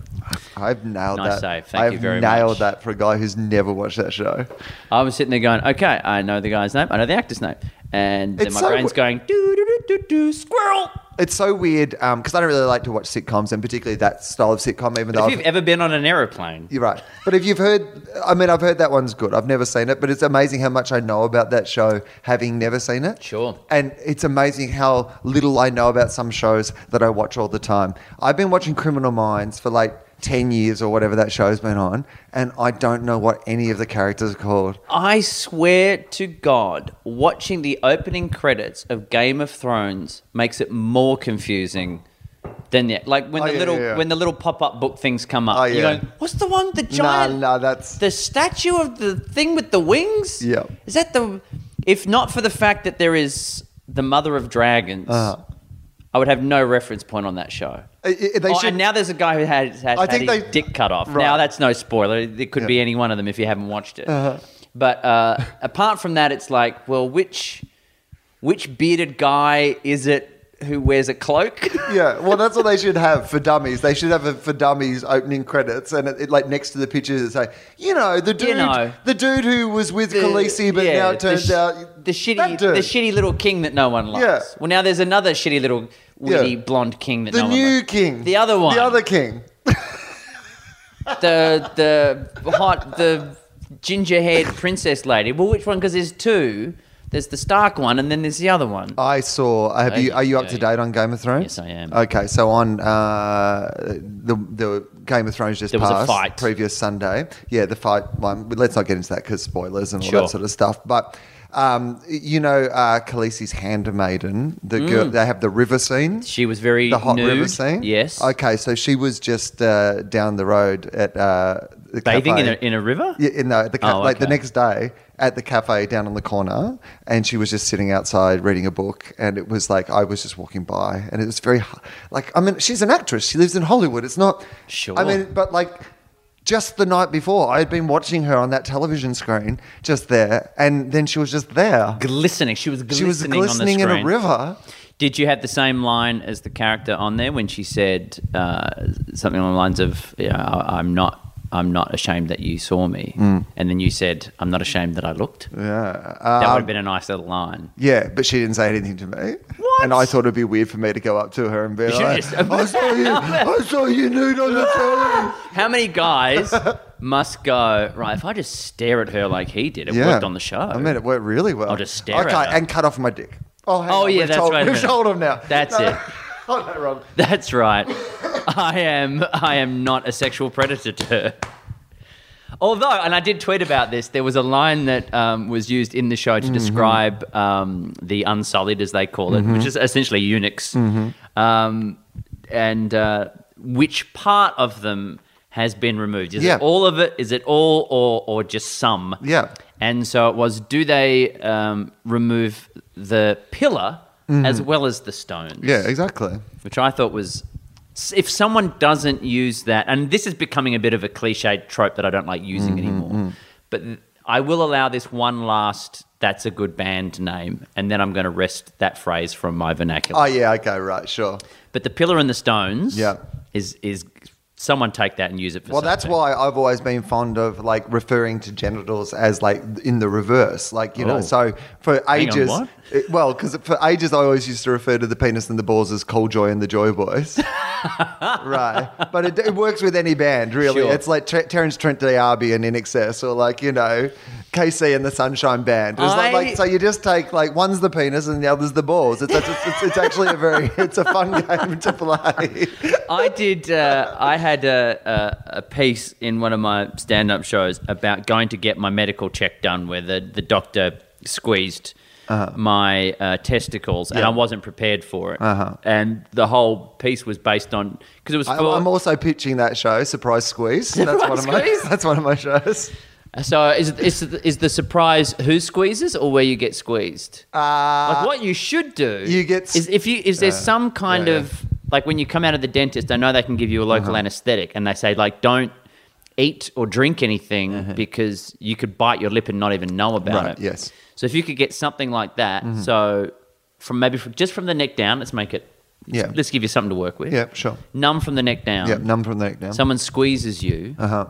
S2: I've nailed that.
S3: Nice save. Thank
S2: I've
S3: you very
S2: nailed
S3: much.
S2: that for a guy who's never watched that show.
S3: I was sitting there going, okay, I know the guy's name, I know the actor's name, and then
S2: It's
S3: my
S2: so
S3: brain's
S2: w-
S3: going, doo doo doo doo doo, squirrel.
S2: It's so weird because I don't really like to watch sitcoms and particularly that style of sitcom. Even though
S3: If
S2: I've-
S3: you've ever been on an aeroplane,
S2: You're right. But if you've heard, I mean, I've heard that one's good. I've never seen it, but it's amazing how much I know about that show having never seen it.
S3: Sure.
S2: And it's amazing how little I know about some shows that I watch all the time. I've been watching Criminal Minds for like 10 years or whatever that show's been on, and I don't know what any of the characters are called.
S3: I swear to God, watching the opening credits of Game of Thrones makes it more confusing than the like when
S2: Oh,
S3: the
S2: yeah,
S3: little
S2: yeah, yeah.
S3: when the little pop up book things come up.
S2: Oh,
S3: You're
S2: yeah.
S3: going, what's the one the
S2: No,
S3: giant?
S2: no, that's.
S3: the statue of the thing with the wings.
S2: Yeah.
S3: is that the? If not for the fact that there is the mother of dragons,
S2: Uh-huh.
S3: I would have no reference point on that show.
S2: I- I- they
S3: oh,
S2: should-
S3: and now there's a guy who had, has
S2: I
S3: had
S2: think
S3: his
S2: they-
S3: dick cut off.
S2: Right.
S3: Now that's no spoiler. It could be
S2: Yeah. Uh-huh.
S3: any one of them if you haven't watched it. But uh, apart from that, it's like, well, which which bearded guy is it who wears a cloak?
S2: yeah, well, that's what they should have for dummies. They should have a for dummies opening credits, and it, it, like next to the pictures, it say, you know, the dude,
S3: know.
S2: the dude who was with
S3: the-
S2: Khaleesi, but
S3: yeah,
S2: now it
S3: the
S2: turns
S3: sh-
S2: out
S3: the shitty
S2: that
S3: the
S2: dude.
S3: shitty little king that no one likes.
S2: Yeah.
S3: Well, now there's another shitty little witty
S2: Yeah.
S3: blonde king that
S2: the
S3: no one
S2: new
S3: likes.
S2: king,
S3: The other one.
S2: the other king.
S3: the the hot the ginger haired princess lady. Well, which one? Because there's two. There's the Stark one, and then there's the other one.
S2: I saw. Have you? Are you up to
S3: Okay.
S2: date on Game of Thrones?
S3: Yes, I am.
S2: Okay, so on uh, the the Game of Thrones just
S3: There was a
S2: passed
S3: fight.
S2: previous Sunday. Yeah, the fight one. But Let's not get into that because spoilers and all
S3: Sure.
S2: that sort of stuff. But um, you know, uh, Khaleesi's handmaiden, the girl. They have the river scene.
S3: Mm. She was very
S2: the hot
S3: nude.
S2: river scene.
S3: Yes.
S2: Okay, so she was just uh, down the road at uh, the
S3: Bathing in
S2: cafe.
S3: a, in a river.
S2: Yeah, in the, the ca-
S3: Oh,
S2: like the
S3: okay.
S2: next day at the cafe down on the corner, and she was just sitting outside reading a book, and it was like I was just walking by, and it was very h- like I mean she's an actress, she lives in Hollywood. It's not
S3: Sure.
S2: I mean, but like just the night before, I had been watching her on that television screen just there, and then she was just there.
S3: Glistening. She was glistening,
S2: She was glistening
S3: on the
S2: in
S3: screen.
S2: a river.
S3: Did you have the same line as the character on there when she said uh, something along the lines of you know, I- "I'm not, I'm not ashamed that you saw me,"
S2: Mm.
S3: and then you said, "I'm not ashamed that I looked."
S2: Yeah.
S3: That would
S2: Um,
S3: have been a nice little line.
S2: Yeah, but she didn't say anything to me.
S3: What?
S2: And I thought it'd be weird for me to go up to her and be
S3: should've
S2: like,
S3: just-
S2: I saw you, I saw you nude on the television.
S3: How many guys must go right? If I just stare at her like he did, it worked on the show.
S2: I mean, it worked really well.
S3: I'll just stare
S2: Okay,
S3: at her.
S2: and cut off my dick. Oh, hang
S3: Oh,
S2: on,
S3: yeah,
S2: we've
S3: that's
S2: told,
S3: right,
S2: We've
S3: a minute.
S2: told him now.
S3: That's it.
S2: Oh, no, wrong.
S3: That's right. I am. I am not a sexual predator to her. Although, and I did tweet about this, there was a line that um, was used in the show to
S2: Mm-hmm.
S3: describe um, the unsullied, as they call it,
S2: Mm-hmm.
S3: which is essentially eunuchs, um, and uh, which part of them has been removed? Is
S2: Yeah.
S3: it all of it? Is it all, or or just some?
S2: Yeah.
S3: And so it was: do they um, remove the pillar as well as the stones?
S2: Mm. Yeah, exactly.
S3: which I thought was s- if someone doesn't use that, and this is becoming a bit of a cliche trope that I don't like using
S2: Mm-hmm,
S3: anymore, but th- I will allow this one last. That's a good band name, and then I'm going to rest that phrase from my vernacular.
S2: Oh, yeah, okay, right, sure.
S3: but the pillar and the stones,
S2: Yeah.
S3: is is Someone take that and use it for
S2: Well, that's
S3: something.
S2: why I've always been fond of like referring to genitals as like in the reverse, like you know.
S3: Oh.
S2: So for
S3: Hang on,
S2: ages,
S3: what?
S2: it- well, because for ages I always used to refer to the penis and the balls as Coldjoy and the Joy Boys, right? But it, it works with any band, really.
S3: Sure.
S2: It's like Tre- Terence Trent D'Arby and In Excess, or like you know, KC and the Sunshine Band. It's like,
S3: I-
S2: like so you just take like one's the penis and the other's the balls. It's it's, it's, it's actually a very it's a fun game to play.
S3: I did. Uh, I had a, a, a piece in one of my stand-up shows about going to get my medical check done, where the, the doctor squeezed my uh, testicles, and
S2: Uh-huh. Yeah.
S3: I wasn't prepared for it.
S2: Uh-huh.
S3: And the whole piece was based on because it was.
S2: I,
S3: for-
S2: I'm also pitching that show, Surprise Squeeze. that's one of my
S3: Squeeze?
S2: that's one of my shows.
S3: so is it, is it- is the surprise who squeezes or where you get squeezed?
S2: Uh,
S3: like what you should do
S2: you get s-
S3: is if you is there
S2: Yeah.
S3: some kind
S2: Uh, Yeah, Uh-huh. yeah.
S3: of like when you come out of the dentist i know they can give you a local anesthetic and they say like don't eat or drink anything because you could bite your lip and not even know about
S2: Uh-huh. Right,
S3: it
S2: yes. Mm-hmm.
S3: so if you could get something like that so from maybe from, just from the neck down let's make it
S2: Yeah.
S3: let's give you something to work with
S2: Yeah, sure.
S3: numb from the neck down
S2: yeah, numb from the neck down.
S3: someone squeezes you
S2: uh-huh.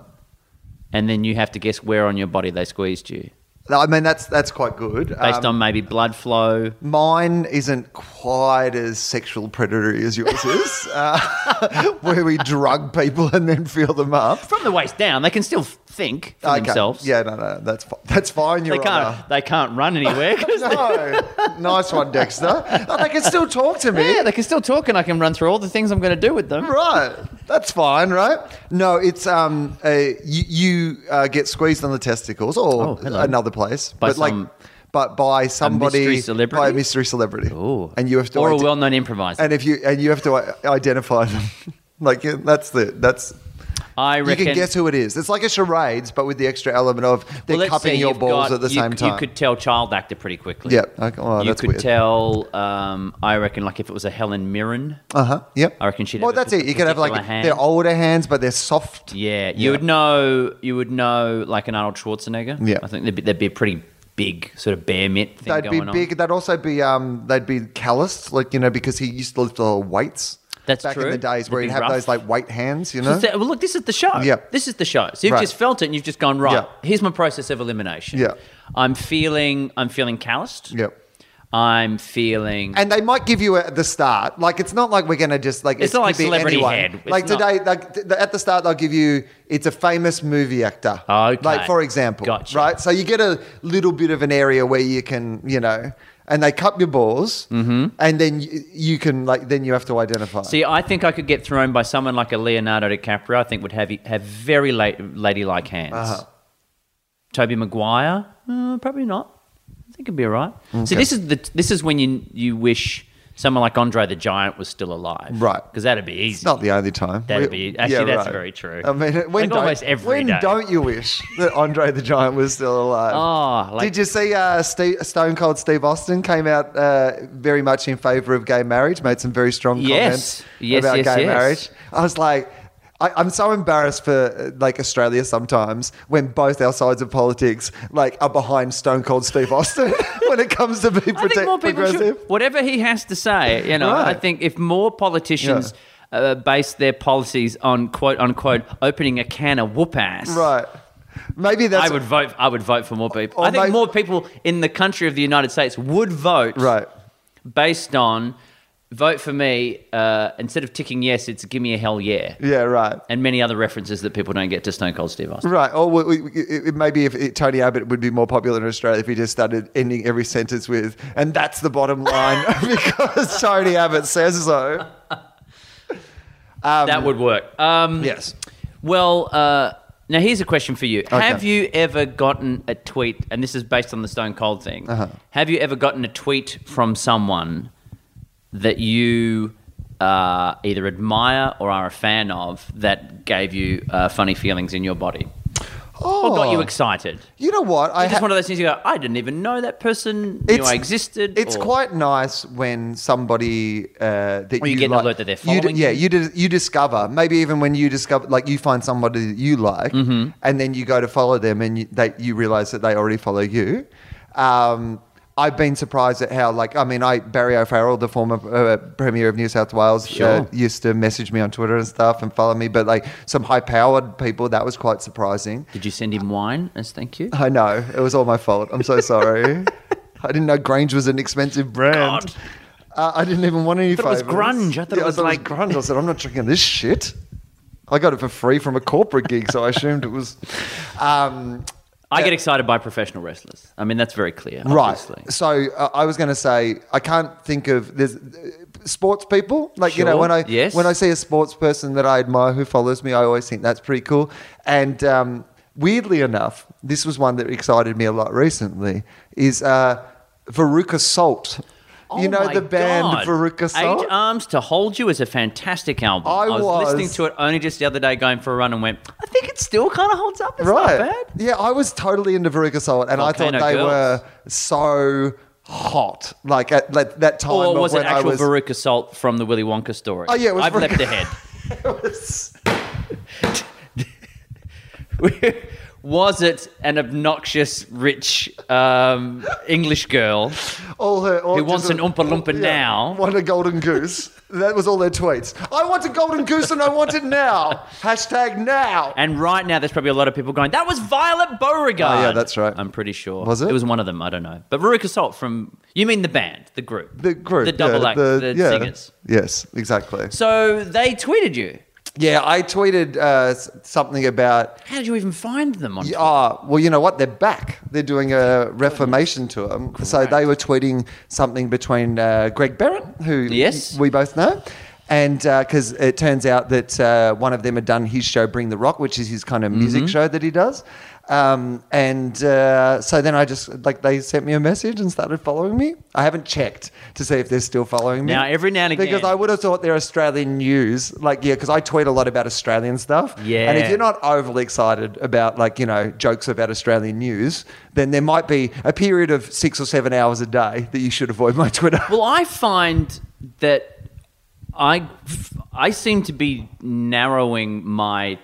S3: and then you have to guess where on your body they squeezed you
S2: No, I mean that's that's quite good.
S3: based
S2: Um,
S3: on maybe blood flow
S2: mine isn't quite as sexual predatory as yours is, uh, where we drug people and then feel them up.
S3: from the waist down they can still think for
S2: Okay.
S3: themselves
S2: Yeah, no, no, that's fi- that's fine. Your
S3: they can't.
S2: Honor.
S3: They can't run anywhere. 'cause-
S2: No, nice one, Dexter. Oh, they can still talk to me.
S3: yeah, they can still talk, and I can run through all the things I'm going to do with them.
S2: right. That's fine, right? No, it's um, uh, you, you uh, get squeezed on the testicles
S3: Oh,
S2: or
S3: hello.
S2: another place,
S3: By
S2: but
S3: some-
S2: like, but by somebody
S3: mystery celebrity?
S2: by a mystery celebrity.
S3: Ooh.
S2: and you have to
S3: or a
S2: ide-
S3: well-known improviser.
S2: and if you and you have to i- identify them. like yeah, that's the that's.
S3: I
S2: You
S3: reckon.
S2: can guess who it is. It's like a charades, but with the extra element of they're
S3: Well, let's
S2: cupping
S3: say
S2: your
S3: you've
S2: balls
S3: got-
S2: at the
S3: you-
S2: same time.
S3: You could tell child actor pretty quickly.
S2: Yeah, okay, well,
S3: you
S2: that's
S3: could
S2: weird.
S3: tell. Um, I reckon, like if it was a Helen Mirren.
S2: uh huh. Yep.
S3: I reckon she'd
S2: Well,
S3: have a
S2: that's it. You could have like
S3: particular hand.
S2: they're older hands, but they're soft.
S3: Yeah, you
S2: Yeah.
S3: would know. You would know, like an Arnold Schwarzenegger.
S2: Yeah.
S3: I think there'd be, there'd be a pretty big sort of bare mitt thing
S2: They'd be
S3: going on.
S2: big. They'd also be um. They'd be calloused, like you know, because he used to lift a lot of weights.
S3: That's
S2: back in
S3: true.
S2: the days where
S3: They'd
S2: he'd
S3: be
S2: have
S3: rough.
S2: those like weight hands, you
S3: So
S2: know.
S3: say- well, look, this is the show.
S2: Yeah.
S3: This is the show. So you've
S2: Right.
S3: just felt it, and you've just gone right.
S2: Yeah.
S3: Here's my process of elimination.
S2: Yeah.
S3: I'm feeling. I'm feeling calloused.
S2: Yep.
S3: I'm feeling.
S2: And they might give you a, the start. Like it's not like we're gonna just like
S3: It's
S2: it
S3: not
S2: could
S3: like
S2: be
S3: Celebrity
S2: anyone.
S3: Head. It's
S2: like
S3: not.
S2: today, like th- at the start, they'll give you it's a famous movie actor.
S3: Okay.
S2: Like for example,
S3: Gotcha.
S2: right? So you get a little bit of an area where you can, you know, and they cup your balls,
S3: Mm-hmm.
S2: and then you, you can like then you have to identify.
S3: see, I think I could get thrown by someone like a Leonardo DiCaprio. I think would have have very late, ladylike hands.
S2: Uh-huh.
S3: Toby Maguire, uh, probably not. I think it'd be all right. See, this is the this is when you you wish someone like Andre the Giant was still alive,
S2: Right.
S3: Because that'd be easy.
S2: It's not the only time.
S3: That'd
S2: We-
S3: be- actually, that's
S2: right.
S3: very true.
S2: I mean, when
S3: Like
S2: don't,
S3: almost every
S2: when
S3: day.
S2: don't you wish that Andre the Giant was still alive?
S3: Oh, like-
S2: did you see uh, Steve, Stone Cold Steve Austin came out uh, very much in favour of gay marriage, made some very strong
S3: Yes.
S2: comments
S3: Yes,
S2: about
S3: yes,
S2: gay
S3: yes.
S2: marriage. I was like. I, I'm so embarrassed for uh, like Australia sometimes when both our sides of politics like are behind Stone Cold Steve Austin when it comes to being
S3: I
S2: prote-
S3: think more people
S2: progressive.
S3: should. Whatever he has to say, you know,
S2: Right.
S3: I think if more politicians uh, base their policies on quote unquote opening a can of whoop ass,
S2: Right? Maybe that's
S3: I would vote. I would vote for more people.
S2: Or
S3: I think
S2: may-
S3: more people in the country of the United States would vote
S2: right.
S3: based on vote for me uh, instead of ticking yes, it's give me a hell yeah,
S2: Yeah, right.
S3: and many other references that people don't get to Stone Cold Steve Austin.
S2: Right. Or we, we, it, it- maybe if it, Tony Abbott would be more popular in Australia if he just started ending every sentence with, and that's the bottom line because Tony Abbott says so.
S3: that would work. Um,
S2: Yes.
S3: Well, uh, now here's a question for you. Have you ever gotten a tweet, and this is based on the Stone Cold thing,
S2: Uh-huh.
S3: have you ever gotten a tweet from someone that you uh, either admire or are a fan of that gave you uh, funny feelings in your body?
S2: Oh,
S3: Or got you excited?
S2: You know what? I
S3: It's just
S2: ha-
S3: one of those things you go, I didn't even know that person knew
S2: It's-
S3: I existed.
S2: It's
S3: or-
S2: quite nice when somebody uh, that
S3: Or you get an
S2: like,
S3: alert that they're
S2: you
S3: following
S2: yeah,
S3: you.
S2: you dis- you discover maybe even when you discover like you find somebody that you like,
S3: Mm-hmm.
S2: and then you go to follow them, and you, they, you realize that they already follow you. Um, I've been surprised at how, like, I mean, I Barry O'Farrell, the former uh, Premier of New South Wales, uh,
S3: Sure.
S2: used to message me on Twitter and stuff and follow me, but like some high powered people, that was quite surprising.
S3: Did you send him wine as thank you?
S2: I know. It was all my fault. I'm so sorry. I didn't know Grange was an expensive brand.
S3: God.
S2: Uh, I didn't even want any
S3: thought it was
S2: favours.
S3: grunge. I thought it
S2: Yeah,
S3: was like-
S2: grunge. I said, I'm not drinking this shit. I got it for free from a corporate gig, so I assumed it was. Um,
S3: I get excited by professional wrestlers. I mean, that's very clear.
S2: right.
S3: obviously.
S2: So uh, I was going to say, I can't think of there's uh, sports people. Like you know,
S3: Sure.
S2: when I
S3: Yes.
S2: when I see a sports person that I admire who follows me, I always think that's pretty cool. And um, weirdly enough, this was one that excited me a lot recently. Is uh, Veruca Salt. you
S3: Oh
S2: know
S3: my
S2: the band
S3: God.
S2: Veruca Salt.
S3: Eight Arms to Hold You is a fantastic album.
S2: I
S3: was,
S2: was-
S3: listening to it only just the other day going for a run and went, I think it still kind of holds up. It's
S2: right.
S3: not bad.
S2: Yeah, I was totally into Veruca Salt, and
S3: Volcano
S2: I thought they
S3: Girls.
S2: were so hot. Like at like, that time,
S3: Or
S2: of
S3: was it
S2: when I
S3: actual
S2: was,
S3: Veruca Salt from the Willy Wonka story?
S2: Oh, yeah, it was
S3: I've
S2: Veruca-
S3: leapt ahead.
S2: It was-
S3: was it an obnoxious, rich um, English girl?
S2: all her. All
S3: Who wants
S2: just-
S3: an Oompa Loompa now?
S2: Want a golden goose? that was all their tweets. I want a golden goose, and I want it now. Hashtag now.
S3: And right now, there's probably a lot of people going, that was Violet Beauregard.
S2: Oh, yeah, that's right.
S3: I'm pretty sure.
S2: Was it?
S3: It was one of them. I don't know. But Veruca Salt from, you mean the band, the group?
S2: The group,
S3: The double
S2: yeah,
S3: act, the,
S2: yeah.
S3: singers.
S2: Yes, exactly.
S3: So they tweeted you.
S2: Yeah, I tweeted uh, s- something about.
S3: How did you even find them on?
S2: Yeah, Ah, well, you know what? They're back. They're doing a reformation tour. Um, So they were tweeting something between uh, Greg Barrett, who
S3: Yes.
S2: we both know, and because it turns out that uh, one of them had done his show Bring the Rock, which is his kind of
S3: Mm-hmm.
S2: music show that he does. Um, and uh, so then I just like they sent me a message and started following me. I haven't checked to see if they're still following me.
S3: Now, every now and again-
S2: because I would have thought they're Australian news, like yeah, because I tweet a lot about Australian stuff.
S3: Yeah.
S2: and if you're not not overly excited about like you know jokes about Australian news, then there might be a period of six or seven hours a day that you should avoid my Twitter.
S3: Well, I find that I I seem to be narrowing my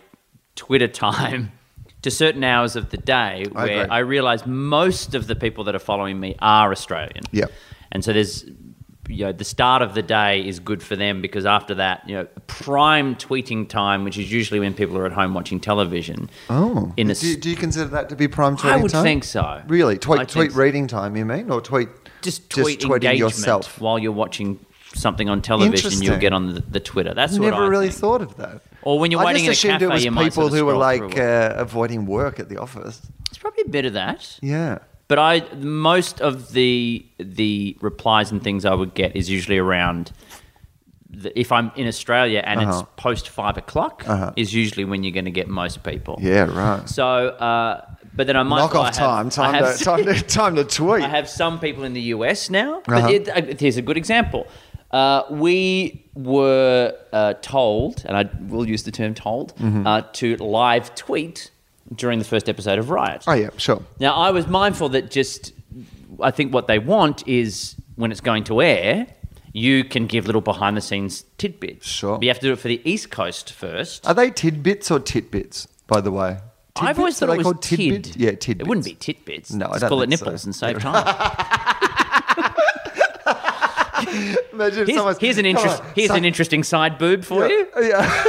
S3: Twitter time to certain hours of the day
S2: I
S3: where
S2: agree.
S3: I, realize most of the people that are following me are Australian.
S2: Yep.
S3: And so there's you know the start of the day is good for them because after that, you know, prime tweeting time, which is usually when people are at home watching television. Oh. In a
S2: do, do you consider that to be prime tweeting
S3: I
S2: time?
S3: would think so.
S2: Really,
S3: I
S2: tweet
S3: think
S2: tweet
S3: so.
S2: reading time? You mean or tweet
S3: just tweet
S2: tweeting
S3: engagement
S2: yourself?
S3: while you're watching something on television.
S2: Interesting.
S3: You'll get on the, the Twitter. That's what
S2: Never
S3: I
S2: really
S3: think.
S2: thought of that.
S3: Or when you're
S2: I
S3: waiting
S2: just
S3: in a
S2: assumed
S3: cafe,
S2: it
S3: you
S2: was
S3: might
S2: people
S3: sort of
S2: who were
S3: scroll
S2: like
S3: through
S2: uh, avoiding work at the office.
S3: It's probably a bit of that.
S2: Yeah.
S3: But I most of the the replies and things I would get is usually around. The, if I'm in Australia and
S2: Uh-huh.
S3: it's post five o'clock,
S2: Uh-huh.
S3: is usually when you're going to get most people.
S2: Yeah. Right.
S3: So, uh, but then I might
S2: Knock
S3: well, I
S2: off
S3: have-
S2: time. Time
S3: I have-
S2: to, time to time to tweet.
S3: I have some people in the US now.
S2: Uh-huh.
S3: But it, uh, here's a good example. Uh, we were uh, told, and I will use the term told,
S2: Mm-hmm.
S3: uh, to live tweet during the first episode of Riot.
S2: oh yeah. Sure.
S3: Now, I was mindful that just, I think what they want is when it's going to air, you can give little behind the scenes tidbits.
S2: Sure.
S3: But you have to do it for the East Coast first.
S2: Are they tidbits or titbits, by the way?
S3: I've
S2: Tidbits?
S3: always thought
S2: Are
S3: it
S2: they
S3: was
S2: called tidbit?
S3: tid.
S2: Yeah, tidbits.
S3: It wouldn't be tidbits.
S2: No, I
S3: Just
S2: don't
S3: call it
S2: think so.
S3: nipples and save time.
S2: Imagine if
S3: Here's,
S2: someone's-
S3: here's an
S2: come
S3: interest.
S2: on,
S3: Here's
S2: so-
S3: an interesting side boob for you.
S2: Yeah,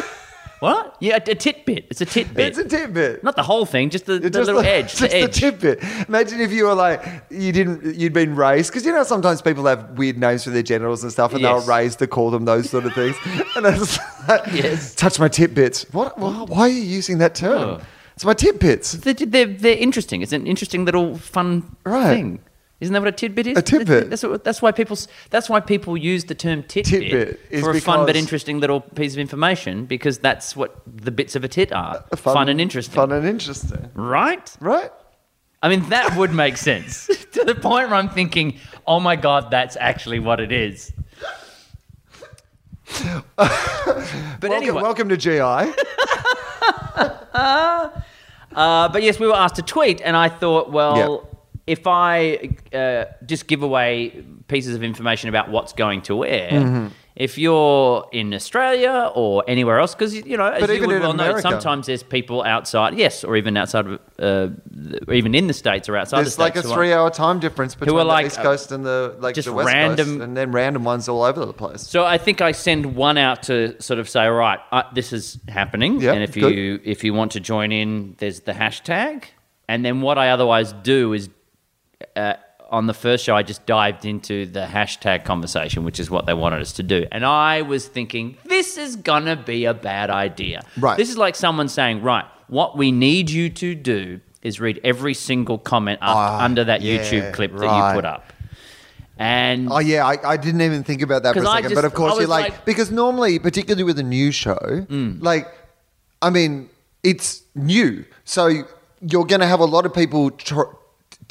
S3: What? Yeah, a, a titbit. It's a titbit.
S2: it's a tidbit.
S3: Not the whole thing, just the, the
S2: Just
S3: little edge.
S2: just
S3: the edge.
S2: tidbit. Imagine if you were like you didn't, you'd been raised because you know sometimes people have weird names for their genitals and stuff, and
S3: Yes.
S2: they were raised to call them those sort of things. and it's like,
S3: Yes.
S2: touch my tidbits. What? Why, why are you using that term?
S3: Oh.
S2: It's my tidbits.
S3: They're, they're, they're interesting. It's an interesting little fun
S2: Right.
S3: thing. Isn't that what a tidbit is?
S2: A tidbit.
S3: That's, what, that's why people. s- That's why people use the term tidbit,
S2: Tidbit is
S3: for a fun but
S2: because-
S3: interesting little piece of information because that's what the bits of a tit are: fun, and interesting.
S2: Fun and interesting.
S3: Right?
S2: Right?
S3: I mean, that would make sense to the point where I'm thinking, oh my god, that's actually what it is. but
S2: Welcome,
S3: anyway,
S2: welcome to GI.
S3: Uh, but yes, we were asked to tweet, and I thought, well, if
S2: Mm-hmm.
S3: I uh, just give away pieces of information about what's going to air, If you're in Australia or anywhere else, because you know, as
S2: But
S3: you
S2: even
S3: would
S2: in
S3: well know,
S2: America.
S3: sometimes there's people outside, yes, or even outside of, uh, th- or even in the states or outside.
S2: There's
S3: the
S2: like
S3: states
S2: a
S3: who are-
S2: three-hour time difference between
S3: like,
S2: the East Coast and the like
S3: just
S2: the West
S3: random-
S2: Coast, and then random ones all over the place.
S3: So I think I send one out to sort of say, all right, uh, this is happening,
S2: Yeah,
S3: and if
S2: good.
S3: you if you want to join in, there's the hashtag, and then what I otherwise do is, uh, on the first show, I just dived into the hashtag conversation, which is what they wanted us to do, and I was thinking this is gonna be a bad idea.
S2: Right.
S3: This is like someone saying, right, what we need you to do is read every single comment after,
S2: Ah,
S3: under that
S2: yeah,
S3: YouTube clip that
S2: right.
S3: you put up, and
S2: Oh yeah, I, I didn't even think about that for a
S3: 'Cause I
S2: second.
S3: just-
S2: but of
S3: I
S2: course,
S3: was
S2: you're like,
S3: like- Mm.
S2: because normally, particularly with a new show, like, I mean, it's new, so you're going to have a lot of people tr-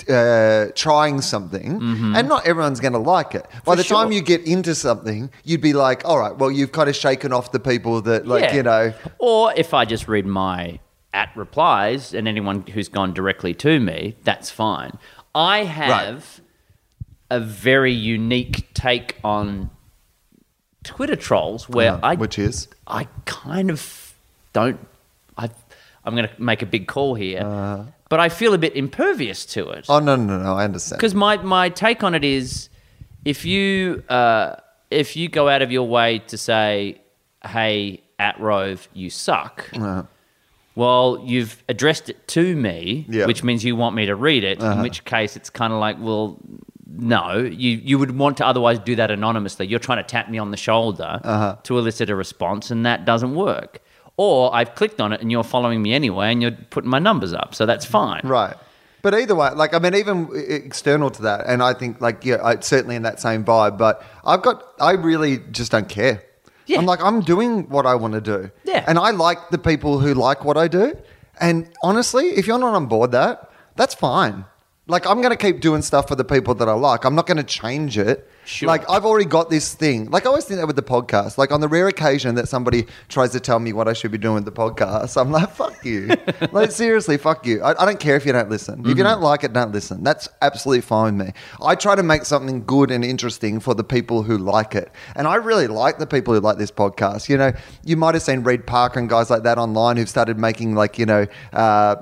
S2: uh, trying something, and not everyone's going to like it. By
S3: Mm-hmm. For
S2: the time
S3: sure.
S2: you get into something, you'd be like, all right, well, you've kind of shaken off the people that, like,
S3: Yeah.
S2: you know,
S3: Or if I just read my at replies and anyone who's gone directly to me, that's fine. I have a very unique take on Twitter trolls where I
S2: Uh-huh. which is
S3: I kind of don't I I'm going to make a big call here.
S2: Uh-huh.
S3: but I feel a bit impervious to it.
S2: oh no, no, no, I understand.
S3: Because my, my take on it is, if you uh, if you go out of your way to say, "Hey, at Rove, you suck," well, you've addressed it to me,
S2: Yeah.
S3: which means you want me to read it. In which case, it's kind of like, well, no, you you would want to otherwise do that anonymously. You're trying to tap me on the shoulder to elicit a response, and that doesn't work. Or I've clicked on it and you're following me anyway, and you're putting my numbers up, so that's fine.
S2: Right. But either way, like I mean, even e- external to that, and I think like yeah, I, certainly in that same vibe. But I've got, I really just don't care.
S3: Yeah.
S2: I'm like, I'm doing what I want to do.
S3: Yeah.
S2: And I like the people who like what I do. And honestly, if you're not on board that, that's fine. Like I'm going to keep doing stuff for the people that I like. I'm not going to change it.
S3: Sure.
S2: Like I've already got this thing. Like I always think that with the podcast. Like on the rare occasion that somebody tries to tell me what I should be doing with the podcast, I'm like, fuck you. like seriously, fuck you. I, I don't care if you don't listen. If you don't like it, don't listen. That's absolutely fine with me. I try to make something good and interesting for the people who like it. And I really like the people who like this podcast. You know, you might have seen Reed Parker and guys like that online who've started making like, you know, uh,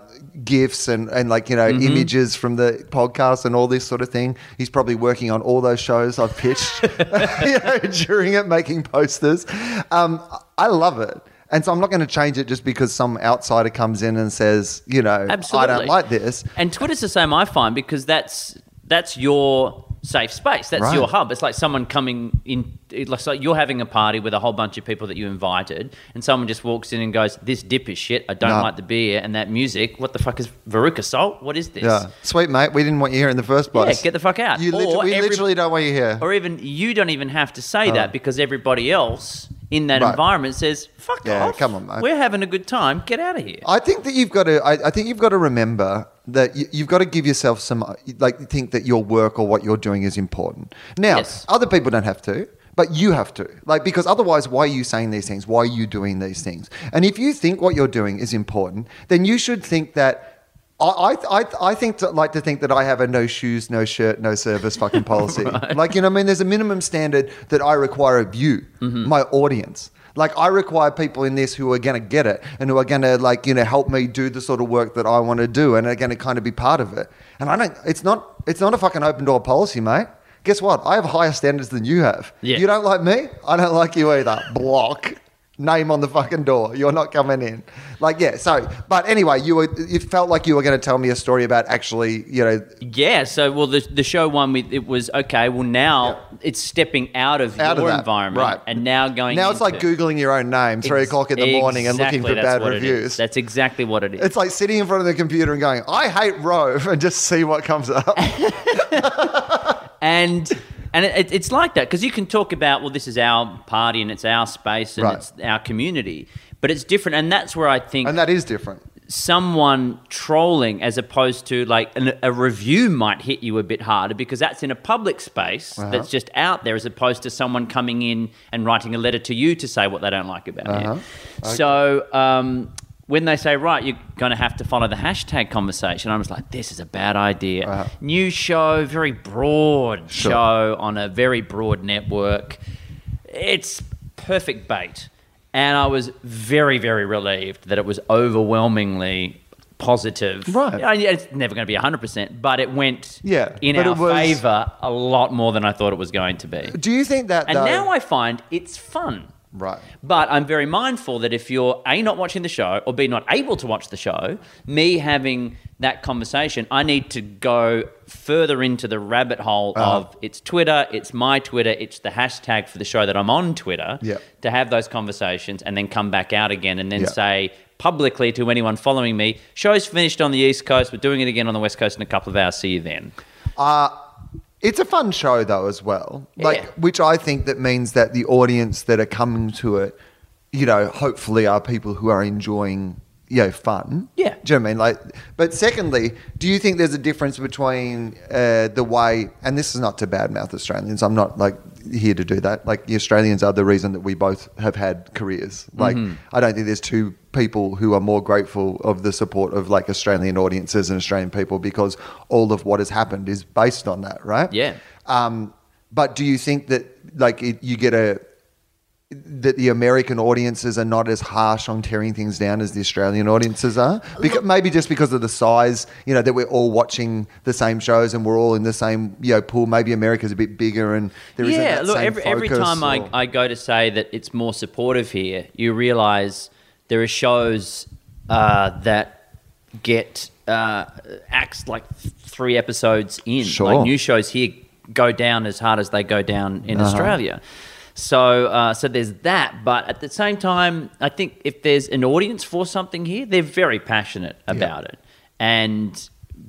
S2: gifts and, and like, you
S3: Mm-hmm.
S2: know, images from the podcast and all this sort of thing. He's probably working on all those shows I've pitched you know, during it, making posters. Um, I love it. And so I'm not going to change it just because some outsider comes in and says, you know,
S3: Absolutely.
S2: I don't like this.
S3: And Twitter's the same I find because that's that's your safe space. That's
S2: Right.
S3: your hub. It's like someone coming in it- it's like you're having a party with a whole bunch of people that you invited and someone just walks in and goes, This dip is shit, I don't
S2: No.
S3: like the beer and that music. What the fuck is Veruca Salt? What is this?
S2: Yeah. Sweet, mate. We didn't want you here in the first place.
S3: Yeah, get the fuck out.
S2: You lit-
S3: Or
S2: we
S3: every-
S2: literally don't want you here.
S3: Or even you don't even have to say that because everybody else in that
S2: Uh. Right.
S3: environment says, Fuck
S2: Yeah,
S3: off.
S2: come on, mate."
S3: We're having a good time. Get out of here.
S2: I think that you've got to. I, I think you've got to remember that you, you've got to give yourself some, uh, like, think that your work or what you're doing is important. Now,
S3: Yes.
S2: other people don't have to, but you have to, like, because otherwise, why are you saying these things? Why are you doing these things? And if you think what you're doing is important, then you should think that. I, I, I- I think to, like to think that I have a no shoes, no shirt, no service fucking policy. Like you know, what I mean, there's a minimum standard that I require of you, my audience. Like I require people in this who are going to get it and who are going to like you know help me do the sort of work that I want to do and are going to kind of be part of it. And I don't. It's not. It's not a fucking open door policy, mate. Guess what? I have higher standards than you have.
S3: Yeah.
S2: You don't like me. I don't like you either. Block. Name on the fucking door. You're not coming in. Like yeah. So, but anyway, you were. It felt like you were going to tell me a story about actually. You know,
S3: Yeah, so well, the the show one with it was okay. Well, now it's stepping out of
S2: Out of
S3: your
S2: that,
S3: environment,
S2: right.
S3: and now going
S2: now it's like
S3: into-
S2: googling your own name three
S3: Ex-
S2: o'clock in the morning and looking
S3: exactly,
S2: for
S3: that's
S2: bad
S3: what it is.
S2: reviews.
S3: That's exactly what it is.
S2: It's like sitting in front of the computer and going, I hate Rove, and just see what comes up.
S3: and and it, it- it's like that because you can talk about well this is our party and it's our space and
S2: Right.
S3: it's our community but it's different and that's where i think
S2: and that is different.
S3: someone trolling as opposed to like an, a review might hit you a bit harder because that's in a public space that's just out there as opposed to someone coming in and writing a letter to you to say what they don't like about
S2: Uh-huh.
S3: you. So um, when they say, right, you're going to have to follow the hashtag conversation, I was like, this is a bad idea. New show, very broad show on a very broad network. it's perfect bait. And I was very, very relieved that it was overwhelmingly positive.
S2: Right.
S3: Yeah, yeah, It's never going to be 100%, but it went
S2: Yeah,
S3: in
S2: but
S3: our
S2: it was-
S3: favor a lot more than I thought it was going to be.
S2: Do you think that
S3: And
S2: though,
S3: now I find it's fun.
S2: Right.
S3: But I'm very mindful that if you're A, not watching the show, or B, not able to watch the show, me having that conversation, I need to go further into the rabbit hole
S2: Uh-huh.
S3: of it's Twitter, it's my Twitter, it's the hashtag for the show that I'm on Twitter
S2: Yeah.
S3: to have those conversations and then come back out again and then
S2: Yeah.
S3: say publicly to anyone following me, show's finished on the East Coast, we're doing it again on the West Coast in a couple of hours, see you then.
S2: It's a fun show though as well. Like
S3: Yeah.
S2: which I think that means that the audience that are coming to it, you know, hopefully are people who are enjoying, you know, fun.
S3: Yeah.
S2: Do you know what I mean? Like but secondly, do you think there's a difference between uh, the way and this is not to badmouth Australians. I'm not like here to do that. Like the Australians are the reason that we both have had careers. Like
S3: Mm-hmm.
S2: I don't think there's two people who are more grateful of the support of like Australian audiences and Australian people because all of what has happened is based on that, right?
S3: Yeah.
S2: Um, but do you think that like it, you get a that the American audiences are not as harsh on tearing things down as the Australian audiences are? Because maybe just because of the size, you know, that we're all watching the same shows and we're all in the same you know pool. Maybe America's a bit bigger and there isn't
S3: yeah,
S2: that
S3: look,
S2: same
S3: every, every
S2: focus
S3: time I,
S2: or-
S3: I go to say that it's more supportive here, you realize there are shows uh, that get uh, acts like th- three episodes in.
S2: Sure.
S3: Like new shows here go down as hard as they go down
S2: Uh-huh.
S3: in Australia. So, uh, so there's that. But at the same time, I think if there's an audience for something here, they're very passionate about it. And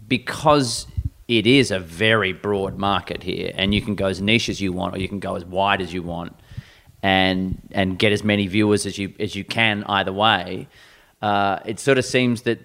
S3: because it is a very broad market here, and you can go as niche as you want, or you can go as wide as you want, and and get as many viewers as you as you can either way. Uh, it sort of seems that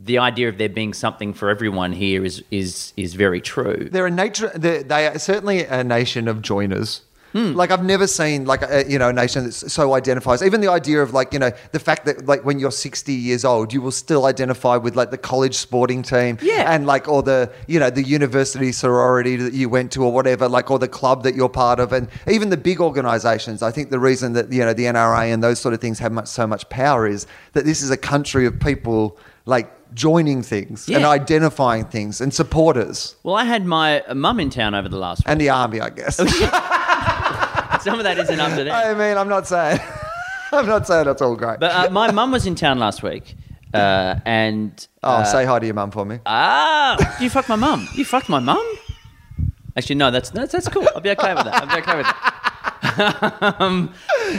S3: the idea of there being something for everyone here is is is very true.
S2: they're a nature. They're, they are certainly a nation of joiners.
S3: Hmm.
S2: Like I've never seen like a, you know a nation that so identifies. Even the idea of like you know the fact that like when you're 60 years old, you will still identify with like the college sporting team,
S3: Yeah.
S2: and like or the you know the university sorority that you went to or whatever, like or the club that you're part of, and even the big organisations. I think the reason that you know the NRA and those sort of things have much so much power is that this is a country of people like joining things and
S3: Yeah.
S2: identifying things and supporters
S3: Well, I had my mum in town over the last week.
S2: and the army, I guess.
S3: Some of that isn't up to them.
S2: I mean, I'm not saying, I'm not saying that's all great.
S3: But uh, my mum was in town last week, uh, and
S2: oh, say hi to your mum for me.
S3: ah, you fucked my mum. You fucked my mum. Actually, no, that's that's, that's cool. I'll be okay with that. I'll be okay with that. um,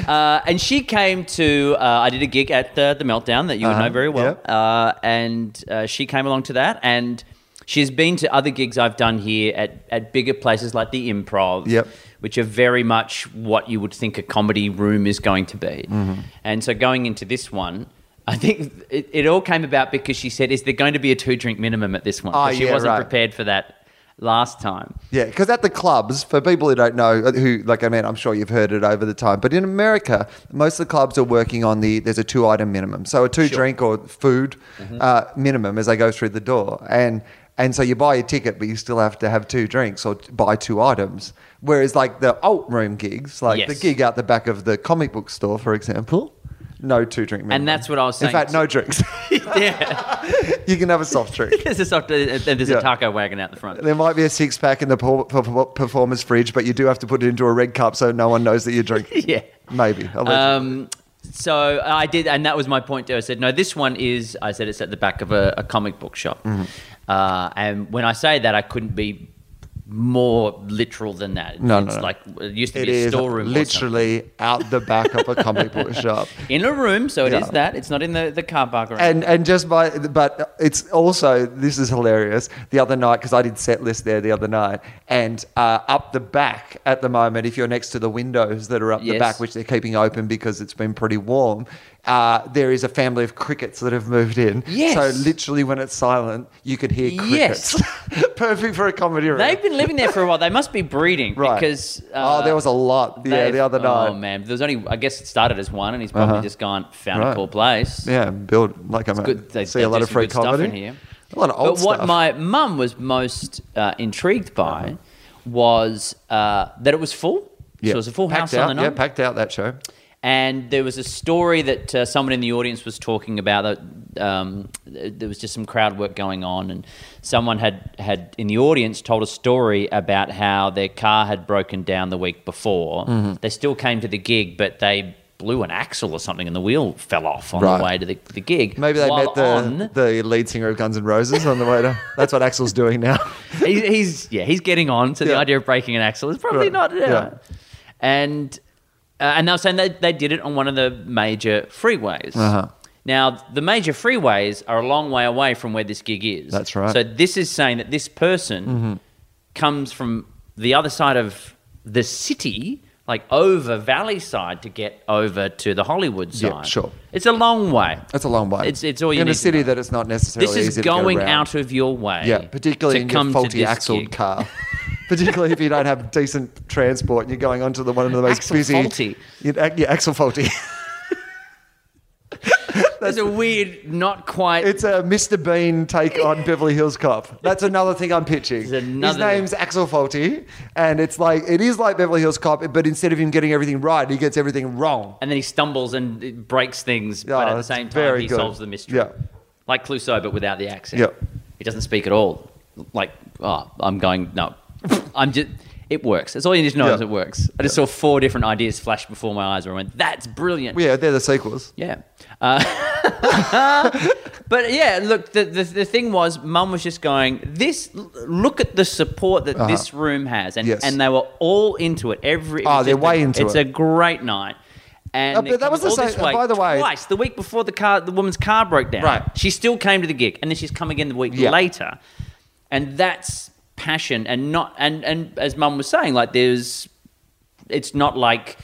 S3: uh, and she came to. Uh, I did a gig at the the meltdown that you would know very well,
S2: yeah.
S3: uh, and uh, she came along to that. And she's been to other gigs I've done here at at bigger places like the Improv,
S2: Yep.
S3: which are very much what you would think a comedy room is going to be.
S2: Mm-hmm.
S3: And so going into this one. I think it, it all came about because she said, "Is there going to be a two-drink minimum at this one?" 'Cause
S2: Oh,
S3: she
S2: yeah,
S3: wasn't
S2: right.
S3: prepared for that last time.
S2: Yeah, because at the clubs, for people who don't know, uh, who like I mean, I'm sure you've heard it over the time, but in America, most of the clubs are working on the there's a two item minimum, so a two drink or food
S3: Mm-hmm.
S2: uh, minimum as they go through the door, and and so you buy a ticket, but you still have to have two drinks or t- buy two items. Whereas like the alt room gigs, like the
S3: Yes.
S2: gig out the back of the comic book store, for example, no two drink minimum,
S3: that's what I was
S2: In
S3: saying
S2: fact,
S3: to-
S2: no drinks.
S3: yeah,
S2: you can have a soft drink.
S3: there's a soft, and there's
S2: Yeah.
S3: a taco wagon out the front.
S2: There might be a six pack in the per- per- performer's fridge, but you do have to put it into a red cup so no one knows that you're drinking.
S3: Yeah.
S2: Maybe. allegedly.
S3: Um, so I did, and that was my point. Too. I said, no, this one is. I said it's at the back of a, a comic book shop,
S2: Mm-hmm.
S3: uh, and when I say that, I couldn't be more literal than that.
S2: No, no,
S3: it's
S2: no.
S3: like it used to
S2: it
S3: be a
S2: is
S3: storeroom, or something.
S2: literally out the back of a comic book shop.
S3: in a room. So it is
S2: Yeah.
S3: that. It's not in the, the car park. Or anything.
S2: And and just by but it's also this is hilarious. The other night because I did set list there the other night, and uh, up the back at the moment, if you're next to the windows that are up the
S3: Yes.
S2: back, which they're keeping open because it's been pretty warm, uh, there is a family of crickets that have moved in.
S3: Yes.
S2: So literally, when it's silent, you could hear
S3: Yes.
S2: crickets. Perfect for a comedy room.
S3: They've been living there for a while. They must be breeding
S2: Right.
S3: because uh,
S2: Oh, there was a lot, yeah,
S3: they've-
S2: the other night.
S3: Oh man, there's only I guess it started as one, and he's probably
S2: Uh-huh.
S3: just gone found a
S2: Right.
S3: cool place.
S2: yeah, build like I'm a-
S3: good. They,
S2: see
S3: they
S2: a lot
S3: do
S2: of
S3: some
S2: free
S3: good stuff
S2: comedy
S3: in here.
S2: A lot of old
S3: but what
S2: stuff.
S3: my mum was most uh, intrigued by was uh, that it was full. So it was a full
S2: packed
S3: house
S2: out,
S3: on the
S2: Yeah,
S3: night.
S2: packed out that show.
S3: And there was a story that uh, someone in the audience was talking about that um, th- there was just some crowd work going on, and someone had had in the audience told a story about how their car had broken down the week before.
S2: Mm-hmm.
S3: They still came to the gig, but they blew an axle or something, and the wheel fell off on
S2: Right.
S3: the way to the, the gig.
S2: Maybe they
S3: While
S2: met the
S3: on-
S2: the lead singer of Guns N' Roses on the way to. That's what Axel's doing now.
S3: he's, he's yeah, he's getting on. So the
S2: Yeah.
S3: idea of breaking an axle is probably
S2: Right.
S3: not. Yeah.
S2: Yeah.
S3: And uh, and they were saying they, they did it on one of the major freeways.
S2: Uh-huh.
S3: Now the major freeways are a long way away from where this gig is.
S2: That's right. Mm-hmm.
S3: So this is saying that this person comes from the other side of the city. Like over Valley side to get over to the Hollywood
S2: Yeah,
S3: side.
S2: sure.
S3: It's a long way.
S2: That's a long way.
S3: It's- it's all you
S2: in
S3: need
S2: a
S3: to
S2: city
S3: know.
S2: that it's not necessarily.
S3: This is
S2: easy to get
S3: going
S2: around.
S3: out of your way.
S2: Yeah, particularly
S3: to
S2: in
S3: come
S2: your
S3: to
S2: faulty
S3: this
S2: axle
S3: gig.
S2: car. particularly if you don't have decent transport and you're going onto the one of the most
S3: Axle
S2: busy.
S3: faulty.
S2: You- ac- Yeah, axle faulty.
S3: There's a weird, not quite.
S2: it's a Mr. Bean take on Beverly Hills Cop. That's another thing I'm pitching.
S3: There's another-
S2: His name's Axel Faulty, and it's like it is like Beverly Hills Cop, but instead of him getting everything right, he gets everything wrong.
S3: and then he stumbles and it breaks things,
S2: Yeah,
S3: but at the
S2: it's
S3: same time
S2: very
S3: he
S2: good.
S3: solves the mystery.
S2: Yeah.
S3: Like Clouseau, but without the accent.
S2: Yeah.
S3: He doesn't speak at all. Like, oh, I'm going, no. I'm just, it works. That's all you need to know
S2: Yeah.
S3: is it works. I just saw four different ideas flash before my eyes where I went, that's brilliant.
S2: Yeah, they're the sequels.
S3: Yeah. Uh, but yeah, look, the, the, the thing was, mum was just going, this, look at the support that this room has. And,
S2: Uh-huh. Yes.
S3: and they were all into it. Every, it
S2: Oh,
S3: was
S2: they're
S3: just
S2: way
S3: a-
S2: into
S3: It's
S2: it.
S3: a great night. And
S2: Uh, but
S3: it
S2: that was
S3: comes
S2: the
S3: all
S2: same-
S3: this
S2: by the way-
S3: Twice. The week before the car, the woman's car broke down.
S2: Right.
S3: She still came to the gig. And then she's come again the week
S2: Yeah.
S3: later. And that's passion and not, and, and as mum was saying, like there's, it's not like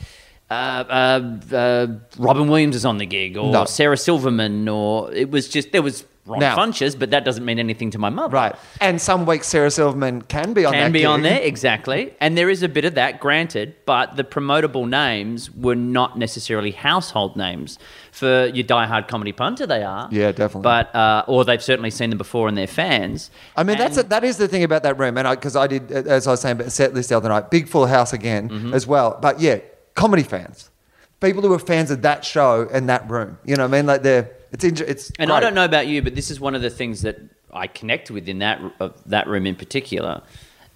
S3: uh, uh, uh, Robin Williams is on the gig or
S2: No.
S3: Sarah Silverman or it was just there was Ron
S2: Now-
S3: Funches, but that doesn't mean anything to my mother.
S2: Right. And some weeks Sarah Silverman can be on
S3: Can
S2: that
S3: be on
S2: gig.
S3: there exactly, and there is a bit of that, granted. But the promotable names were not necessarily household names for your diehard comedy punter. They are,
S2: Yeah, definitely.
S3: But uh, or they've certainly seen them before and they're fans.
S2: I mean, that's a,
S3: And-
S2: that is the thing about that room, and because I, did, as I was saying, about set list the other night, big full house again
S3: Mm-hmm.
S2: as well. But yeah, comedy fans, people who are fans of that show and that room. You know, what I mean, like they're it's inter- it's.
S3: And I
S2: great.
S3: don't know about you, but this is one of the things that I connect with in that uh, that room in particular.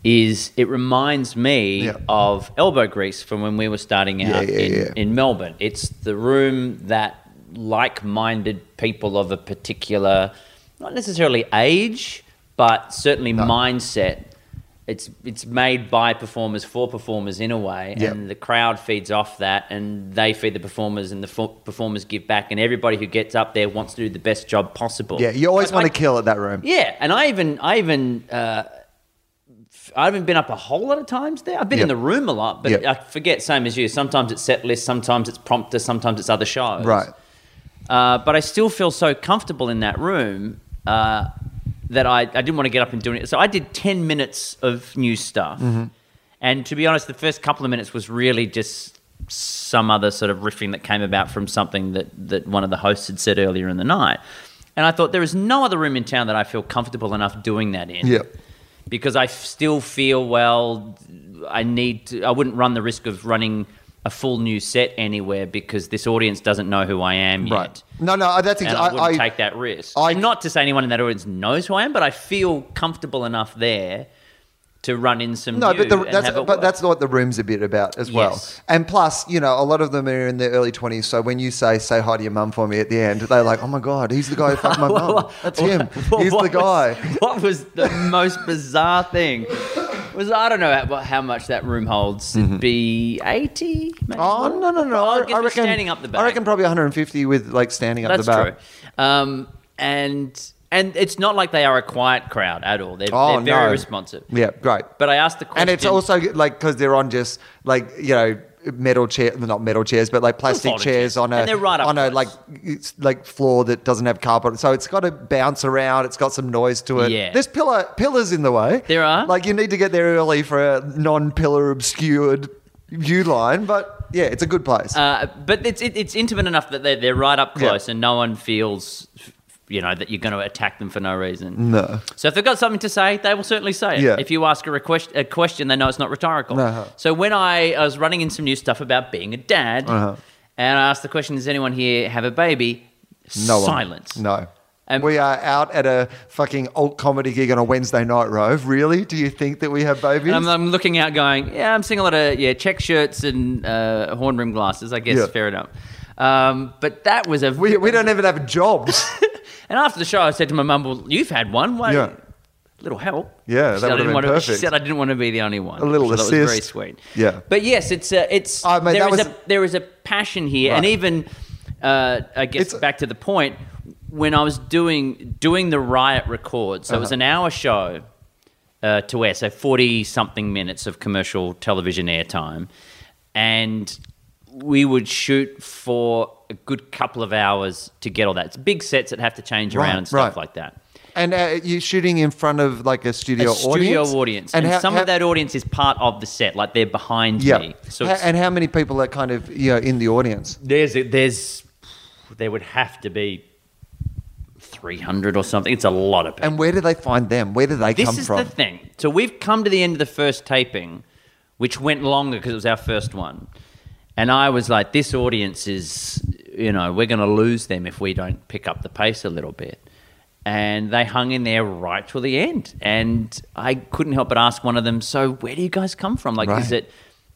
S3: Is it reminds me
S2: Yeah.
S3: of elbow grease from when we were starting out
S2: yeah,
S3: in,
S2: yeah.
S3: in Melbourne. It's the room that like-minded people of a particular, not necessarily age, but certainly mindset. It's it's made by performers for performers in a way,
S2: Yeah.
S3: and the crowd feeds off that, and they feed the performers, and the fo- performers give back, and everybody who gets up there wants to do the best job possible.
S2: Yeah, you always
S3: Like,
S2: want
S3: I-
S2: to kill at that room.
S3: yeah, and I even I even uh, f- I haven't been up a whole lot of times there. I've been in
S2: Yeah.
S3: the room a lot, but
S2: Yeah.
S3: I forget. Same as you. Sometimes it's set list, sometimes it's prompter, sometimes it's other shows.
S2: Right.
S3: Uh, but I still feel so comfortable in that room uh, that I, I didn't want to get up and do it. So I did ten minutes of new stuff,
S2: Mm-hmm.
S3: and to be honest, the first couple of minutes was really just some other sort of riffing that came about from something that that one of the hosts had said earlier in the night. And I thought there is no other room in town that I feel comfortable enough doing that in
S2: Yep.
S3: because I f- still feel well. I need. To, I wouldn't run the risk of running a full new set anywhere because this audience doesn't know who I am yet.
S2: Right. No, no, that's
S3: And
S2: exactly.
S3: I
S2: I,
S3: wouldn't
S2: I-
S3: take that risk.
S2: I-
S3: And not to say anyone in that audience knows who I am, but I feel comfortable enough there to run in some.
S2: No,
S3: new
S2: but the,
S3: and
S2: that's
S3: have it
S2: but
S3: work.
S2: that's what the room's a bit about as well.
S3: Yes.
S2: And plus, you know, a lot of them are in their early twenties. So when you say "say hi to your mum for me" at the end, they're like, "Oh my god, he's the guy who fucked my mum. That's him.
S3: What-
S2: He's
S3: what
S2: the
S3: was-
S2: guy."
S3: what was the most bizarre thing? Was I don't know how, how much that room holds. It'd be eighty. Maybe
S2: Mm-hmm. Oh no no no!
S3: Oh,
S2: I,
S3: it gives
S2: I
S3: me
S2: reckon
S3: standing up the back.
S2: I reckon probably 150 with like standing up
S3: That's
S2: the back.
S3: true. Um, and and it's not like they are a quiet crowd at all. They're,
S2: Oh
S3: they're very
S2: no!
S3: responsive.
S2: Yeah, great.
S3: But I asked the question.
S2: and it's also like because they're on just like you know metal chair, well, not metal chairs, but like plastic
S3: Folding
S2: chairs
S3: chairs.
S2: on a
S3: And they're right up
S2: on a
S3: close.
S2: like it's like floor that doesn't have carpet, so it's got to bounce around. It's got some noise to it.
S3: Yeah.
S2: there's pillar pillars in the way.
S3: There are.
S2: like you need to get there early for a non-pillar obscured view line, but yeah, it's a good place.
S3: Uh, but it's it, it's intimate enough that they're, they're right up
S2: Yeah.
S3: close and no one feels f- you know, that you're going to attack them for no reason.
S2: No.
S3: So if they've got something to say, they will certainly say it.
S2: Yeah.
S3: If you ask a, request, a question, they know it's not rhetorical.
S2: Uh-huh.
S3: So when I, I was running in some new stuff about being a dad,
S2: Uh-huh.
S3: and I asked the question, does anyone here have a baby?
S2: No one.
S3: Silence. Um,
S2: No.
S3: And-
S2: we are out at a fucking alt comedy gig on a Wednesday night, Rove. Really? Do you think that we have babies?
S3: And I'm, I'm looking out going, yeah, I'm seeing a lot of yeah check shirts and uh, horn rim glasses. I guess
S2: Yeah.
S3: fair enough. Um, but that was a
S2: we, we don't even have jobs.
S3: And after the show, I said to my mum, "Well, you've had one. Why,
S2: Yeah.
S3: Little help.
S2: Yeah, that
S3: She said I
S2: would've
S3: didn't
S2: been
S3: want to- She
S2: perfect.
S3: said I didn't want to be the only one.
S2: A little
S3: so That was very
S2: assist.
S3: sweet.
S2: Yeah.
S3: But yes, it's a, it's
S2: Oh, mate,
S3: there
S2: that
S3: is
S2: was-
S3: a there is a passion here, and
S2: Right.
S3: even uh, I guess
S2: It's-
S3: back to the point when I was doing doing the riot record, so it
S2: Uh-huh.
S3: was an hour show uh, to air, so forty something minutes of commercial television airtime, and we would shoot for a good couple of hours to get all that. It's big sets that have to change around
S2: Right,
S3: and stuff
S2: right.
S3: like that.
S2: and uh, you're shooting in front of like a studio
S3: a studio
S2: audience?
S3: audience, and,
S2: how-
S3: some
S2: how-
S3: of that audience is part of the set, like they're behind
S2: Yeah.
S3: me. So
S2: Ha-
S3: it's-
S2: and how many people are kind of you know, in the audience?
S3: there's there's there would have to be three hundred or something. It's a lot of people.
S2: And where do they find them? Where do they
S3: this
S2: come
S3: is
S2: from?
S3: the thing. So we've come to the end of the first taping, which went longer because it was our first one, and I was like, this audience is, you know, we're going to lose them if we don't pick up the pace a little bit. And they hung in there right till the end, and I couldn't help but ask one of them. So where do you guys come from? Like, is
S2: Right.
S3: it?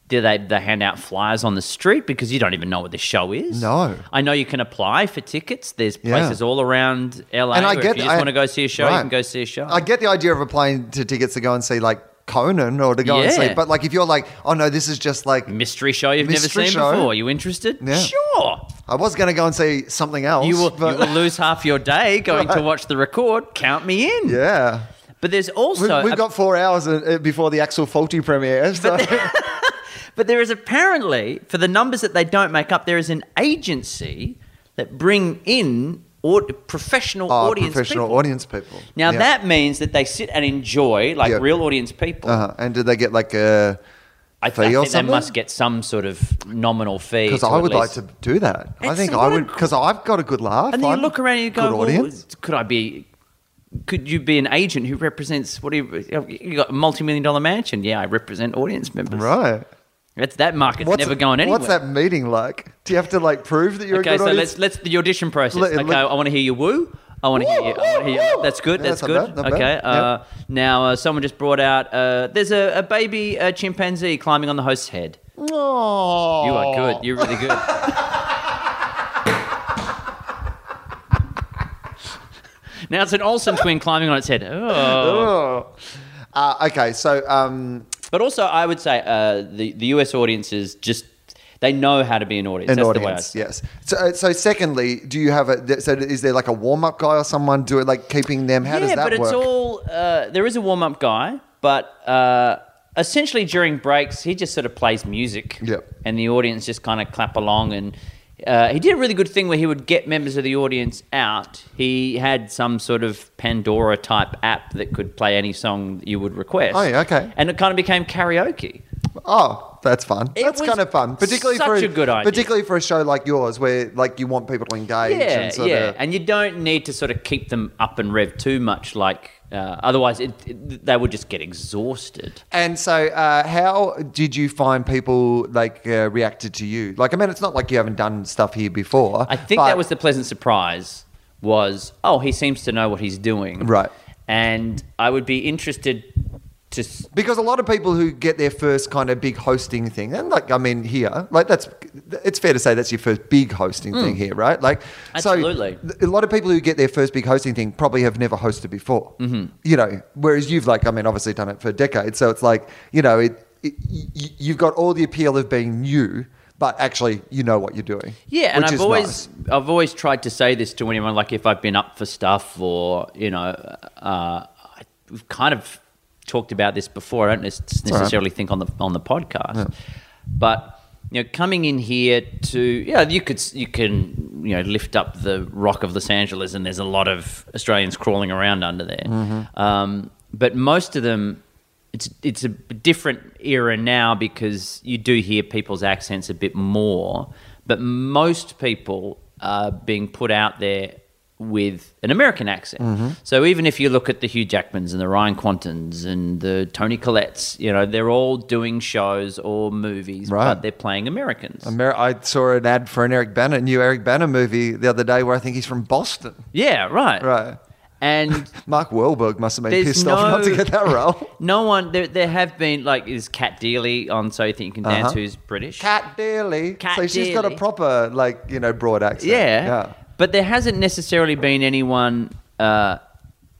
S3: Do they, they hand out flyers on the street because you don't even know what the show is?
S2: No.
S3: I know you can apply for tickets. There's
S2: Yeah.
S3: places all around LA.
S2: And I
S3: where
S2: get-
S3: if you just
S2: I-
S3: want to go see a show, you
S2: right.
S3: can go see a show.
S2: I get the idea of applying to tickets to go and see like Conan or to go and
S3: Yeah.
S2: see, but like if you're like, oh no, this is just like
S3: mystery show you've
S2: Mystery
S3: never seen
S2: show?
S3: before. Are you interested?
S2: Yeah.
S3: Sure.
S2: I was going to go and see something else.
S3: You will,
S2: but-
S3: you will lose half your day going to watch the record. Count me in.
S2: yeah,
S3: But there's
S2: we've,
S3: also,
S2: we've
S3: a-
S2: got four hours uh, before the actual faulty premiere. So.
S3: but there is apparently, for the numbers that they don't make up, there is an agency that bring in aud- professional
S2: Oh,
S3: audience
S2: professional
S3: people.
S2: audience people.
S3: Now
S2: Yeah.
S3: that means that they sit and enjoy like
S2: Yeah.
S3: real audience people.
S2: Uh-huh. And did they get like a
S3: I,
S2: fee
S3: th- I
S2: or
S3: think they
S2: something?
S3: must get some sort of nominal fee.
S2: Because
S3: to
S2: I
S3: at
S2: would like
S3: least-
S2: to do that. I
S3: It's
S2: think
S3: a
S2: I
S3: lot of
S2: would because I've got a good laugh.
S3: And then you
S2: I'm
S3: look around and you go,
S2: good
S3: well,
S2: audience.
S3: could I be? Could you be an agent who represents what do you? You got a multi-million dollar mansion. Yeah, I represent audience members.
S2: right?
S3: That's that market's never going anywhere.
S2: What's that meeting like? Do you have to like prove that you're
S3: Okay,
S2: a good
S3: so
S2: audience?
S3: let's let's the audition process.
S2: Let-
S3: okay,
S2: let-
S3: I want to hear your woo. I want to hear you. I want to hear you. That's good.
S2: Yeah,
S3: That's
S2: that's
S3: good.
S2: not bad, not bad.
S3: okay. Uh, now uh, someone just brought out. Uh, there's a, a baby uh, chimpanzee climbing on the host's head.
S2: Aw.
S3: You are good. You're really good. now it's an Olsen twin climbing on its head. Oh.
S2: Uh, okay, so um,
S3: But also, I would say uh, the the US audiences just they know how to be an audience.
S2: an
S3: That's
S2: audience,
S3: the way I
S2: yes. So, uh, so secondly, do you have a? So, is there like a warm up guy or someone do it like keeping them? How
S3: yeah,
S2: does that
S3: but
S2: work?
S3: it's all uh, there is a warm up guy, but uh, essentially during breaks he just sort of plays music,
S2: Yep.
S3: and the audience just kind of clap along. And uh, he did a really good thing where he would get members of the audience out. He had some sort of Pandora type app that could play any song that you would request.
S2: Oh, yeah, okay.
S3: And it kind of became karaoke.
S2: Oh, that's fun.
S3: It
S2: that's
S3: was
S2: kind of fun, particularly
S3: such
S2: for
S3: a good idea.
S2: particularly for a show like yours where like you want people to engage.
S3: Yeah,
S2: and sort
S3: yeah,
S2: Of,
S3: and you don't need to sort of keep them up and rev too much, like uh, otherwise it, it, they would just get exhausted.
S2: And so, uh, how did you find people like uh, reacted to you? Like, I mean, it's not like you haven't done stuff here before.
S3: I think
S2: but-
S3: that was the pleasant surprise was, oh, he seems to know what he's doing.
S2: Right.
S3: And I would be interested to s-
S2: because a lot of people who get their first kind of big hosting thing, and like I mean here, like that's it's fair to say that's your first big hosting thing here, right? Like
S3: Hmm. Absolutely.
S2: so th- a lot of people who get their first big hosting thing probably have never hosted before, mm-hmm. you know. Whereas you've like I mean obviously done it for decades, so it's like you know it, it y- y- you've got all the appeal of being new, but actually you know what you're doing.
S3: Yeah, and
S2: which
S3: I've
S2: is
S3: always
S2: nice.
S3: I've always tried to say this to anyone, like if I've been up for stuff or you know, uh, I, we've kind of talked about this before. I don't nec-
S2: all right.
S3: necessarily think on the on the podcast, but you know, coming in here to yeah, you could s- you can you know lift up the rock of Los Angeles, and there's a lot of Australians crawling around under there, um, but most of them. It's, it's a different era now because you do hear people's accents a bit more, but most people are being put out there with an American accent.
S2: Mm-hmm.
S3: So even if you look at the Hugh Jackmans and the Ryan Quantons and the Tony Collettes, you know, they're all doing shows or movies,
S2: Right.
S3: but they're playing Americans.
S2: Amer- I saw an ad for an Eric Banner, new Eric Banner movie the other day where I think he's from Boston.
S3: yeah, right.
S2: Right.
S3: And
S2: Mark Wahlberg must have been
S3: There's
S2: pissed off
S3: no-
S2: not to get that role.
S3: no one, there, there have been, like, is Cat Dealey on So You Think You Can Dance,
S2: Uh-huh.
S3: who's British.
S2: Cat Dearly.
S3: Cat
S2: so she's got a
S3: Dearly.
S2: proper, like, you know, broad accent.
S3: Yeah.
S2: Yeah.
S3: But there hasn't necessarily been anyone uh,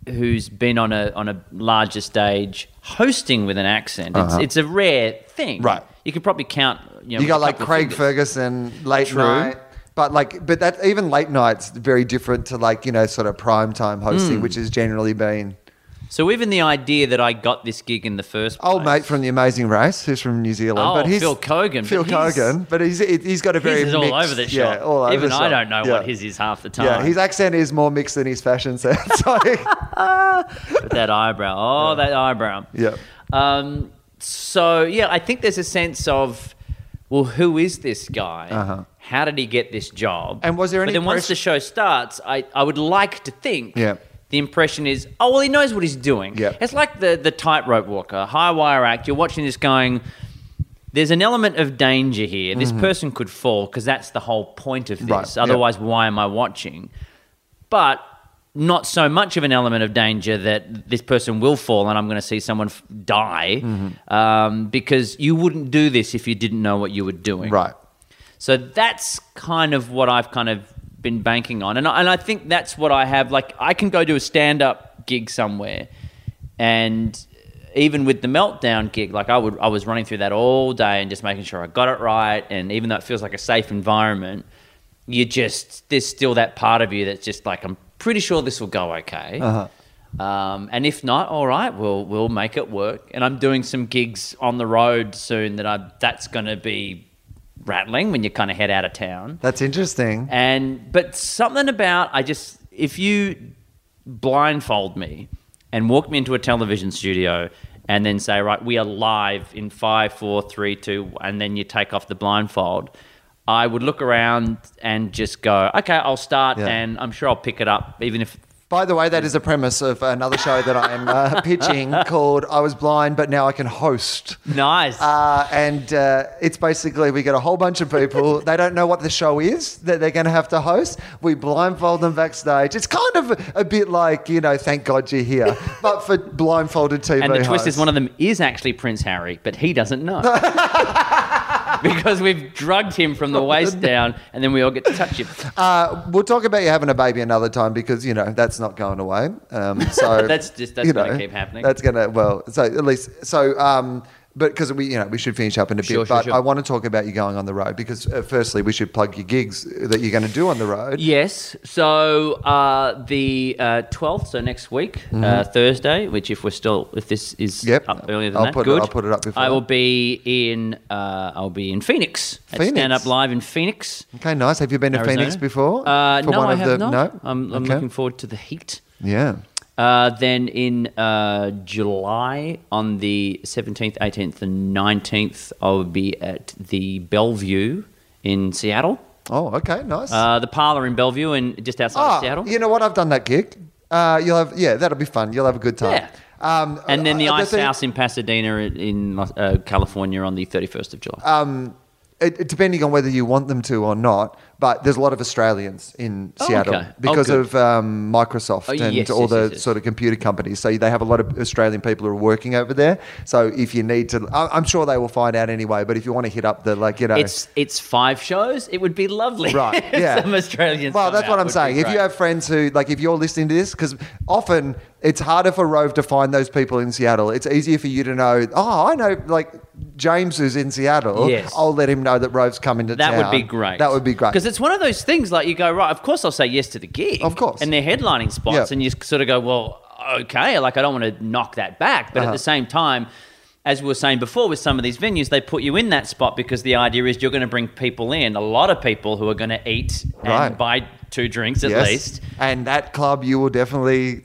S3: who's been on a on a larger stage hosting with an accent. It's, it's a rare thing.
S2: Uh-huh. Right.
S3: You could probably count. You, know,
S2: You got
S3: a
S2: like
S3: couple of
S2: Craig
S3: fingers.
S2: Ferguson late
S3: True.
S2: night. But like but that even late night's very different to like, you know, sort of prime time
S3: Hmm.
S2: hosting, which has generally been
S3: So even the idea that I got this gig in the first place.
S2: old mate from the Amazing Race, who's from New Zealand.
S3: Oh,
S2: but he's
S3: Phil Kogan, but
S2: Phil
S3: he's-
S2: Kogan, but he's he's got a
S3: His
S2: very
S3: is all
S2: mixed-
S3: over the shop.
S2: Yeah, all over
S3: Even
S2: the
S3: I
S2: shop.
S3: don't know
S2: Yeah.
S3: what his is half the time.
S2: Yeah, his accent is more mixed than his fashion sense. Like,
S3: But that eyebrow. Oh, that eyebrow.
S2: yeah.
S3: Um, so yeah, I think there's a sense of, well, who is this guy? How did he get this job?
S2: Uh-huh. And was there
S3: But
S2: any
S3: then once
S2: press-
S3: the show starts, I, I would like to think.
S2: Yeah.
S3: The impression is, oh well, he knows what he's doing.
S2: Yeah.
S3: It's like the the tightrope walker, high wire act. You're watching this going. There's an element of danger here. This person could fall because that's the whole point of this.
S2: Mm-hmm. Right, yeah.
S3: Otherwise, why am I watching? but not so much of an element of danger that this person will fall and I'm going to see someone f- die um, because you wouldn't do this if you didn't know what you were doing.
S2: Right.
S3: So that's kind of what I've kind of been banking on. And I, and I think that's what I have. Like, I can go do a stand up gig somewhere. And even with the meltdown gig, like, I, would, I was running through that all day and just making sure I got it right. And even though it feels like a safe environment, you just, there's still that part of you that's just like, I'm pretty sure this will go okay. Um, and if not, all right, we'll we'll make it work. And I'm doing some gigs on the road soon that I that's going to be rattling when you kind of head out of town.
S2: That's interesting.
S3: And but something about I just if you blindfold me and walk me into a television studio and then say right we are live in five four three two and then you take off the blindfold. I would look around and just go, okay, I'll start,
S2: Yeah.
S3: and I'm sure I'll pick it up, even if
S2: By the way, that is a premise of another show that I am uh, pitching called "I Was Blind, but Now I Can Host."
S3: nice.
S2: Uh, and uh, it's basically we get a whole bunch of people. they don't know what the show is that they're going to have to host. We blindfold them backstage. It's kind of a bit like you know, thank God you're here, but for blindfolded TV.
S3: And the twist is
S2: hosts.
S3: one of them is actually Prince Harry, but he doesn't know. because we've drugged him from the waist down and then we all get to touch him.
S2: Uh, we'll talk about you having a baby another time because you know that's not going away. Um, so
S3: That's just- that's
S2: you
S3: gonna keep happening.
S2: That's gonna well. So at least so. Um, but because we you know we should finish up in a bit.
S3: Sure, sure,
S2: but
S3: sure.
S2: I want to talk about you going on the road because uh, firstly we should plug your gigs that you're going to do on the road.
S3: Yes. So uh, the uh, 12th, so next week, uh, Thursday, which if we're still, if this is
S2: Mm-hmm. Yep.
S3: up earlier than
S2: I'll
S3: that,
S2: put it-
S3: good.
S2: I'll put it up before.
S3: I will be in, uh, I'll be in Phoenix. at
S2: Phoenix.
S3: Stand Up Live in Phoenix.
S2: Okay, nice. Have you been to
S3: Arizona.
S2: Phoenix before?
S3: Uh,
S2: For
S3: no,
S2: one
S3: I
S2: of
S3: have
S2: the-
S3: not.
S2: No,
S3: I'm, I'm
S2: Okay.
S3: looking forward to the heat.
S2: Yeah.
S3: Uh, then in uh, July, on the 17th, 18th, and 19th, I'll be at the Bellevue in Seattle.
S2: Oh, okay, nice.
S3: Uh, the parlor in Bellevue, and just outside
S2: Ah,
S3: of Seattle.
S2: you know what? I've done that gig. Uh, you'll have yeah, that'll be fun. You'll have a good time.
S3: Yeah.
S2: Um,
S3: and then the
S2: uh,
S3: Ice
S2: thing-
S3: House in Pasadena in, in uh, California on the 31st of July.
S2: Uh, it, it- depending on whether you want them to or not, but there's a lot of Australians in
S3: Oh,
S2: Seattle
S3: okay. Oh,
S2: because
S3: good.
S2: of um, Microsoft
S3: Oh,
S2: and
S3: yes,
S2: all
S3: yes,
S2: the
S3: yes, yes.
S2: sort of computer companies. So they have a lot of Australian people who are working over there. So if you need to, I, I'm sure they will find out anyway. But if you want to hit up the like, you know,
S3: it's it's five shows. It would be lovely.
S2: Right.
S3: if
S2: Yeah.
S3: Some Australians.
S2: Well,
S3: come
S2: that's
S3: out.
S2: what I'm
S3: Would be
S2: saying. If you
S3: great.
S2: have friends who, like, if you're listening to this, because often it's harder for Rove to find those people in Seattle. It's easier for you to know, oh, I know, like, James is in Seattle.
S3: Yes.
S2: I'll let him know that Rove's coming to
S3: That
S2: town.
S3: would be great.
S2: That would be great.
S3: Because it's one of those things like you go, right, of course I'll say yes to the gig.
S2: Of course.
S3: And they're headlining spots,
S2: Yeah.
S3: and you sort of go, well, okay, like I don't want to knock that back. But at
S2: Uh-huh.
S3: the same time, as we were saying before, with some of these venues, they put you in that spot because the idea is you're going to bring people in, a lot of people who are going to eat and
S2: Right.
S3: buy two drinks at
S2: Yes.
S3: least.
S2: And that club, you will definitely,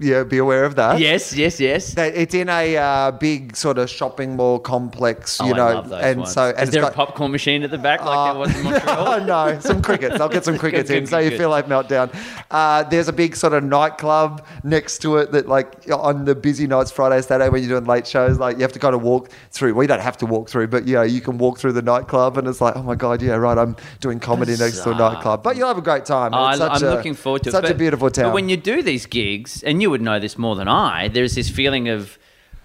S2: yeah, be aware of that.
S3: Yes, yes, yes.
S2: That it's in a uh, big sort of shopping mall complex,
S3: Oh,
S2: you
S3: I
S2: know,
S3: love those
S2: and
S3: ones.
S2: so and
S3: is
S2: it's
S3: there a
S2: got-
S3: popcorn machine at the back like there was in Montreal?
S2: Oh no, some crickets. I'll get some crickets
S3: Good,
S2: in,
S3: good,
S2: so you
S3: good.
S2: feel like meltdown. Uh, there's a big sort of nightclub next to it that, like, on the busy nights, Friday, Saturday, when you're doing late shows, like you have to kind of walk through. Well, you don't have to walk through, but you know, you can walk through the nightclub, and it's like, oh my god, yeah, right, I'm doing comedy next to a
S3: Bizarre.
S2: nightclub, but you'll have a great time.
S3: Oh, I,
S2: It's such
S3: am
S2: a-
S3: looking forward to it.
S2: such a
S3: But-
S2: beautiful town.
S3: But when you do these gigs, and you would know this more than I, there's this feeling of,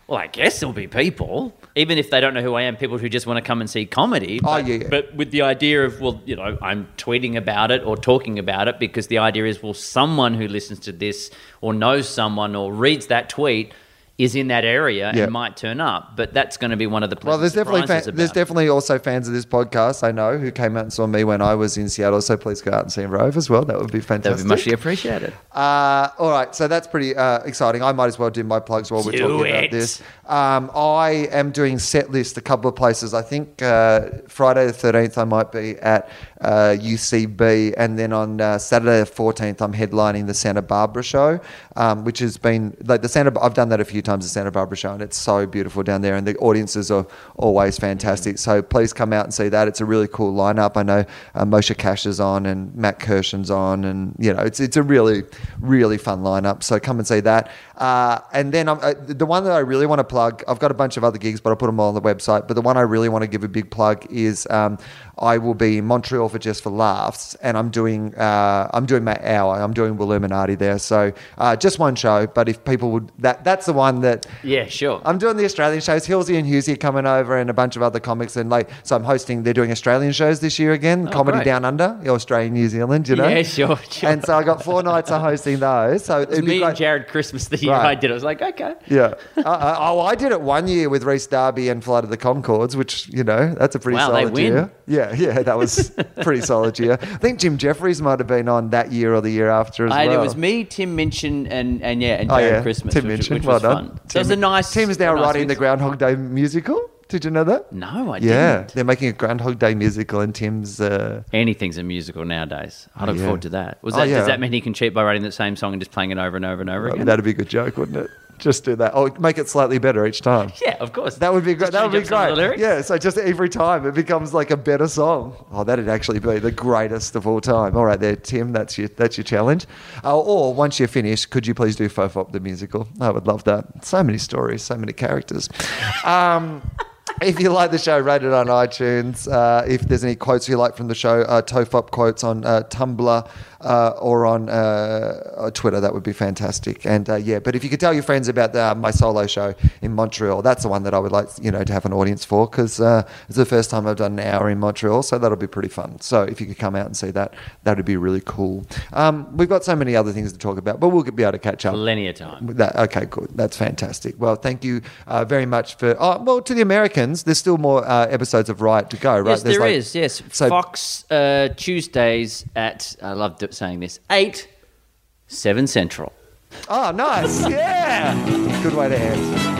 S3: well, I guess there'll be people, even if they don't know who I am, people who just want to come and see comedy.
S2: Oh,
S3: but,
S2: yeah, yeah.
S3: But with the idea of, well, you know, I'm tweeting about it or talking about it because the idea is, well, someone who listens to this or knows someone or reads that tweet is in that area
S2: Yeah.
S3: and might turn up. But that's going to be one of the
S2: Well,
S3: pleasant
S2: there's definitely
S3: surprises
S2: fan,
S3: about
S2: there's
S3: it.
S2: definitely also fans of this podcast I know who came out and saw me when I was in Seattle. So please go out and see Rove as well. That would be fantastic.
S3: That would be much appreciated.
S2: Uh, all right, so that's pretty uh, exciting. I might as well do my plugs while we're
S3: Do
S2: talking
S3: it.
S2: about this. Um, I am doing set list a couple of places. I think uh, Friday the thirteenth I might be at uh, UCB, and then on uh, Saturday the fourteenth I'm headlining the Santa Barbara show, um, which has been like the Santa. I've done that a few times the Santa Barbara show, and it's so beautiful down there, and the audiences are always fantastic. So please come out and see that. It's a really cool lineup. I know uh, Moshe Cash is on, and Matt Kirshen's on, and you know it's it's a really really fun lineup. So come and see that. Uh, and then I'm, uh, the one that I really want to plug, I've got a bunch of other gigs, but I put them all on the website. But the one I really want to give a big plug is um, I will be in Montreal for Just for Laughs, and I'm doing uh, I'm doing my hour. I'm doing Will Illuminati there. So uh, just one show, but if people would that that's the one that
S3: Yeah, sure.
S2: I'm doing the Australian shows. Hilsey and Husey are coming over, and a bunch of other comics. And like, so I'm hosting. They're doing Australian shows this year again. Comedy
S3: Oh, great.
S2: Down Under, Australian, New Zealand. You know.
S3: Yeah, sure, sure.
S2: And so I got four nights of hosting those. So
S3: It was
S2: it'd
S3: me
S2: be great.
S3: and Jared Christmas the year
S2: Right.
S3: I did. it. I was like, okay.
S2: yeah. Uh, uh, oh, I did it one year with Reese Darby and Flight of the Concords, which, you know, that's a pretty
S3: Wow, they
S2: solid
S3: win.
S2: year. Yeah, yeah, that was pretty solid year. I think Jim Jeffries might have been on that year or the year after as
S3: And
S2: well.
S3: it was me, Tim Minchin, and and yeah, and
S2: Oh,
S3: Jared
S2: yeah.
S3: Christmas,
S2: Tim
S3: which,
S2: Minchin.
S3: which
S2: well
S3: was
S2: done.
S3: fun. So it was a nice.
S2: Team's now
S3: a nice
S2: writing
S3: mix.
S2: the Groundhog Day musical. Did you know that?
S3: No, Oh, I
S2: Yeah,
S3: didn't.
S2: they're making a Groundhog Day musical, and Tim's. Uh,
S3: Anything's a musical nowadays. I look
S2: yeah.
S3: forward to that. Was
S2: Oh,
S3: that
S2: yeah.
S3: does that mean he can cheat by writing the same song and just playing it over and over and over again?
S2: that'd be a good joke, wouldn't it? Just do that. Oh, make it slightly better each time.
S3: yeah, of course.
S2: That would be great.
S3: Just
S2: That would be
S3: change up some of the
S2: great.
S3: lyrics.
S2: Yeah. So just every time it becomes like a better song. Oh, that'd actually be the greatest of all time. All right, there, Tim. That's your that's your challenge. Uh, or once you're finished, could you please do Fofop the musical? I would love that. So many stories, so many characters. Um, If you like the show, rate it on iTunes. Uh, if there's any quotes you like from the show, uh, Tofop quotes on uh, Tumblr uh, or on uh, uh, Twitter, that would be fantastic. And uh, yeah, but if you could tell your friends about the, um, my solo show in Montreal, that's the one that I would like you know to have an audience for because uh, it's the first time I've done an hour in Montreal, so that'll be pretty fun. So if you could come out and see that, that would be really cool. Um, we've got so many other things to talk about, but we'll be able to catch up.
S3: Plenty of time.
S2: That, okay, good. That's fantastic. Well, thank you uh, very much for. Oh, well, to the Americans, there's still more uh, episodes of Riot to go, right?
S3: Yes,
S2: There's
S3: there
S2: like-
S3: is. Yes,
S2: So,
S3: Fox uh, Tuesdays at I love d- saying this eight seven central.
S2: oh, nice. Yeah. good way to end.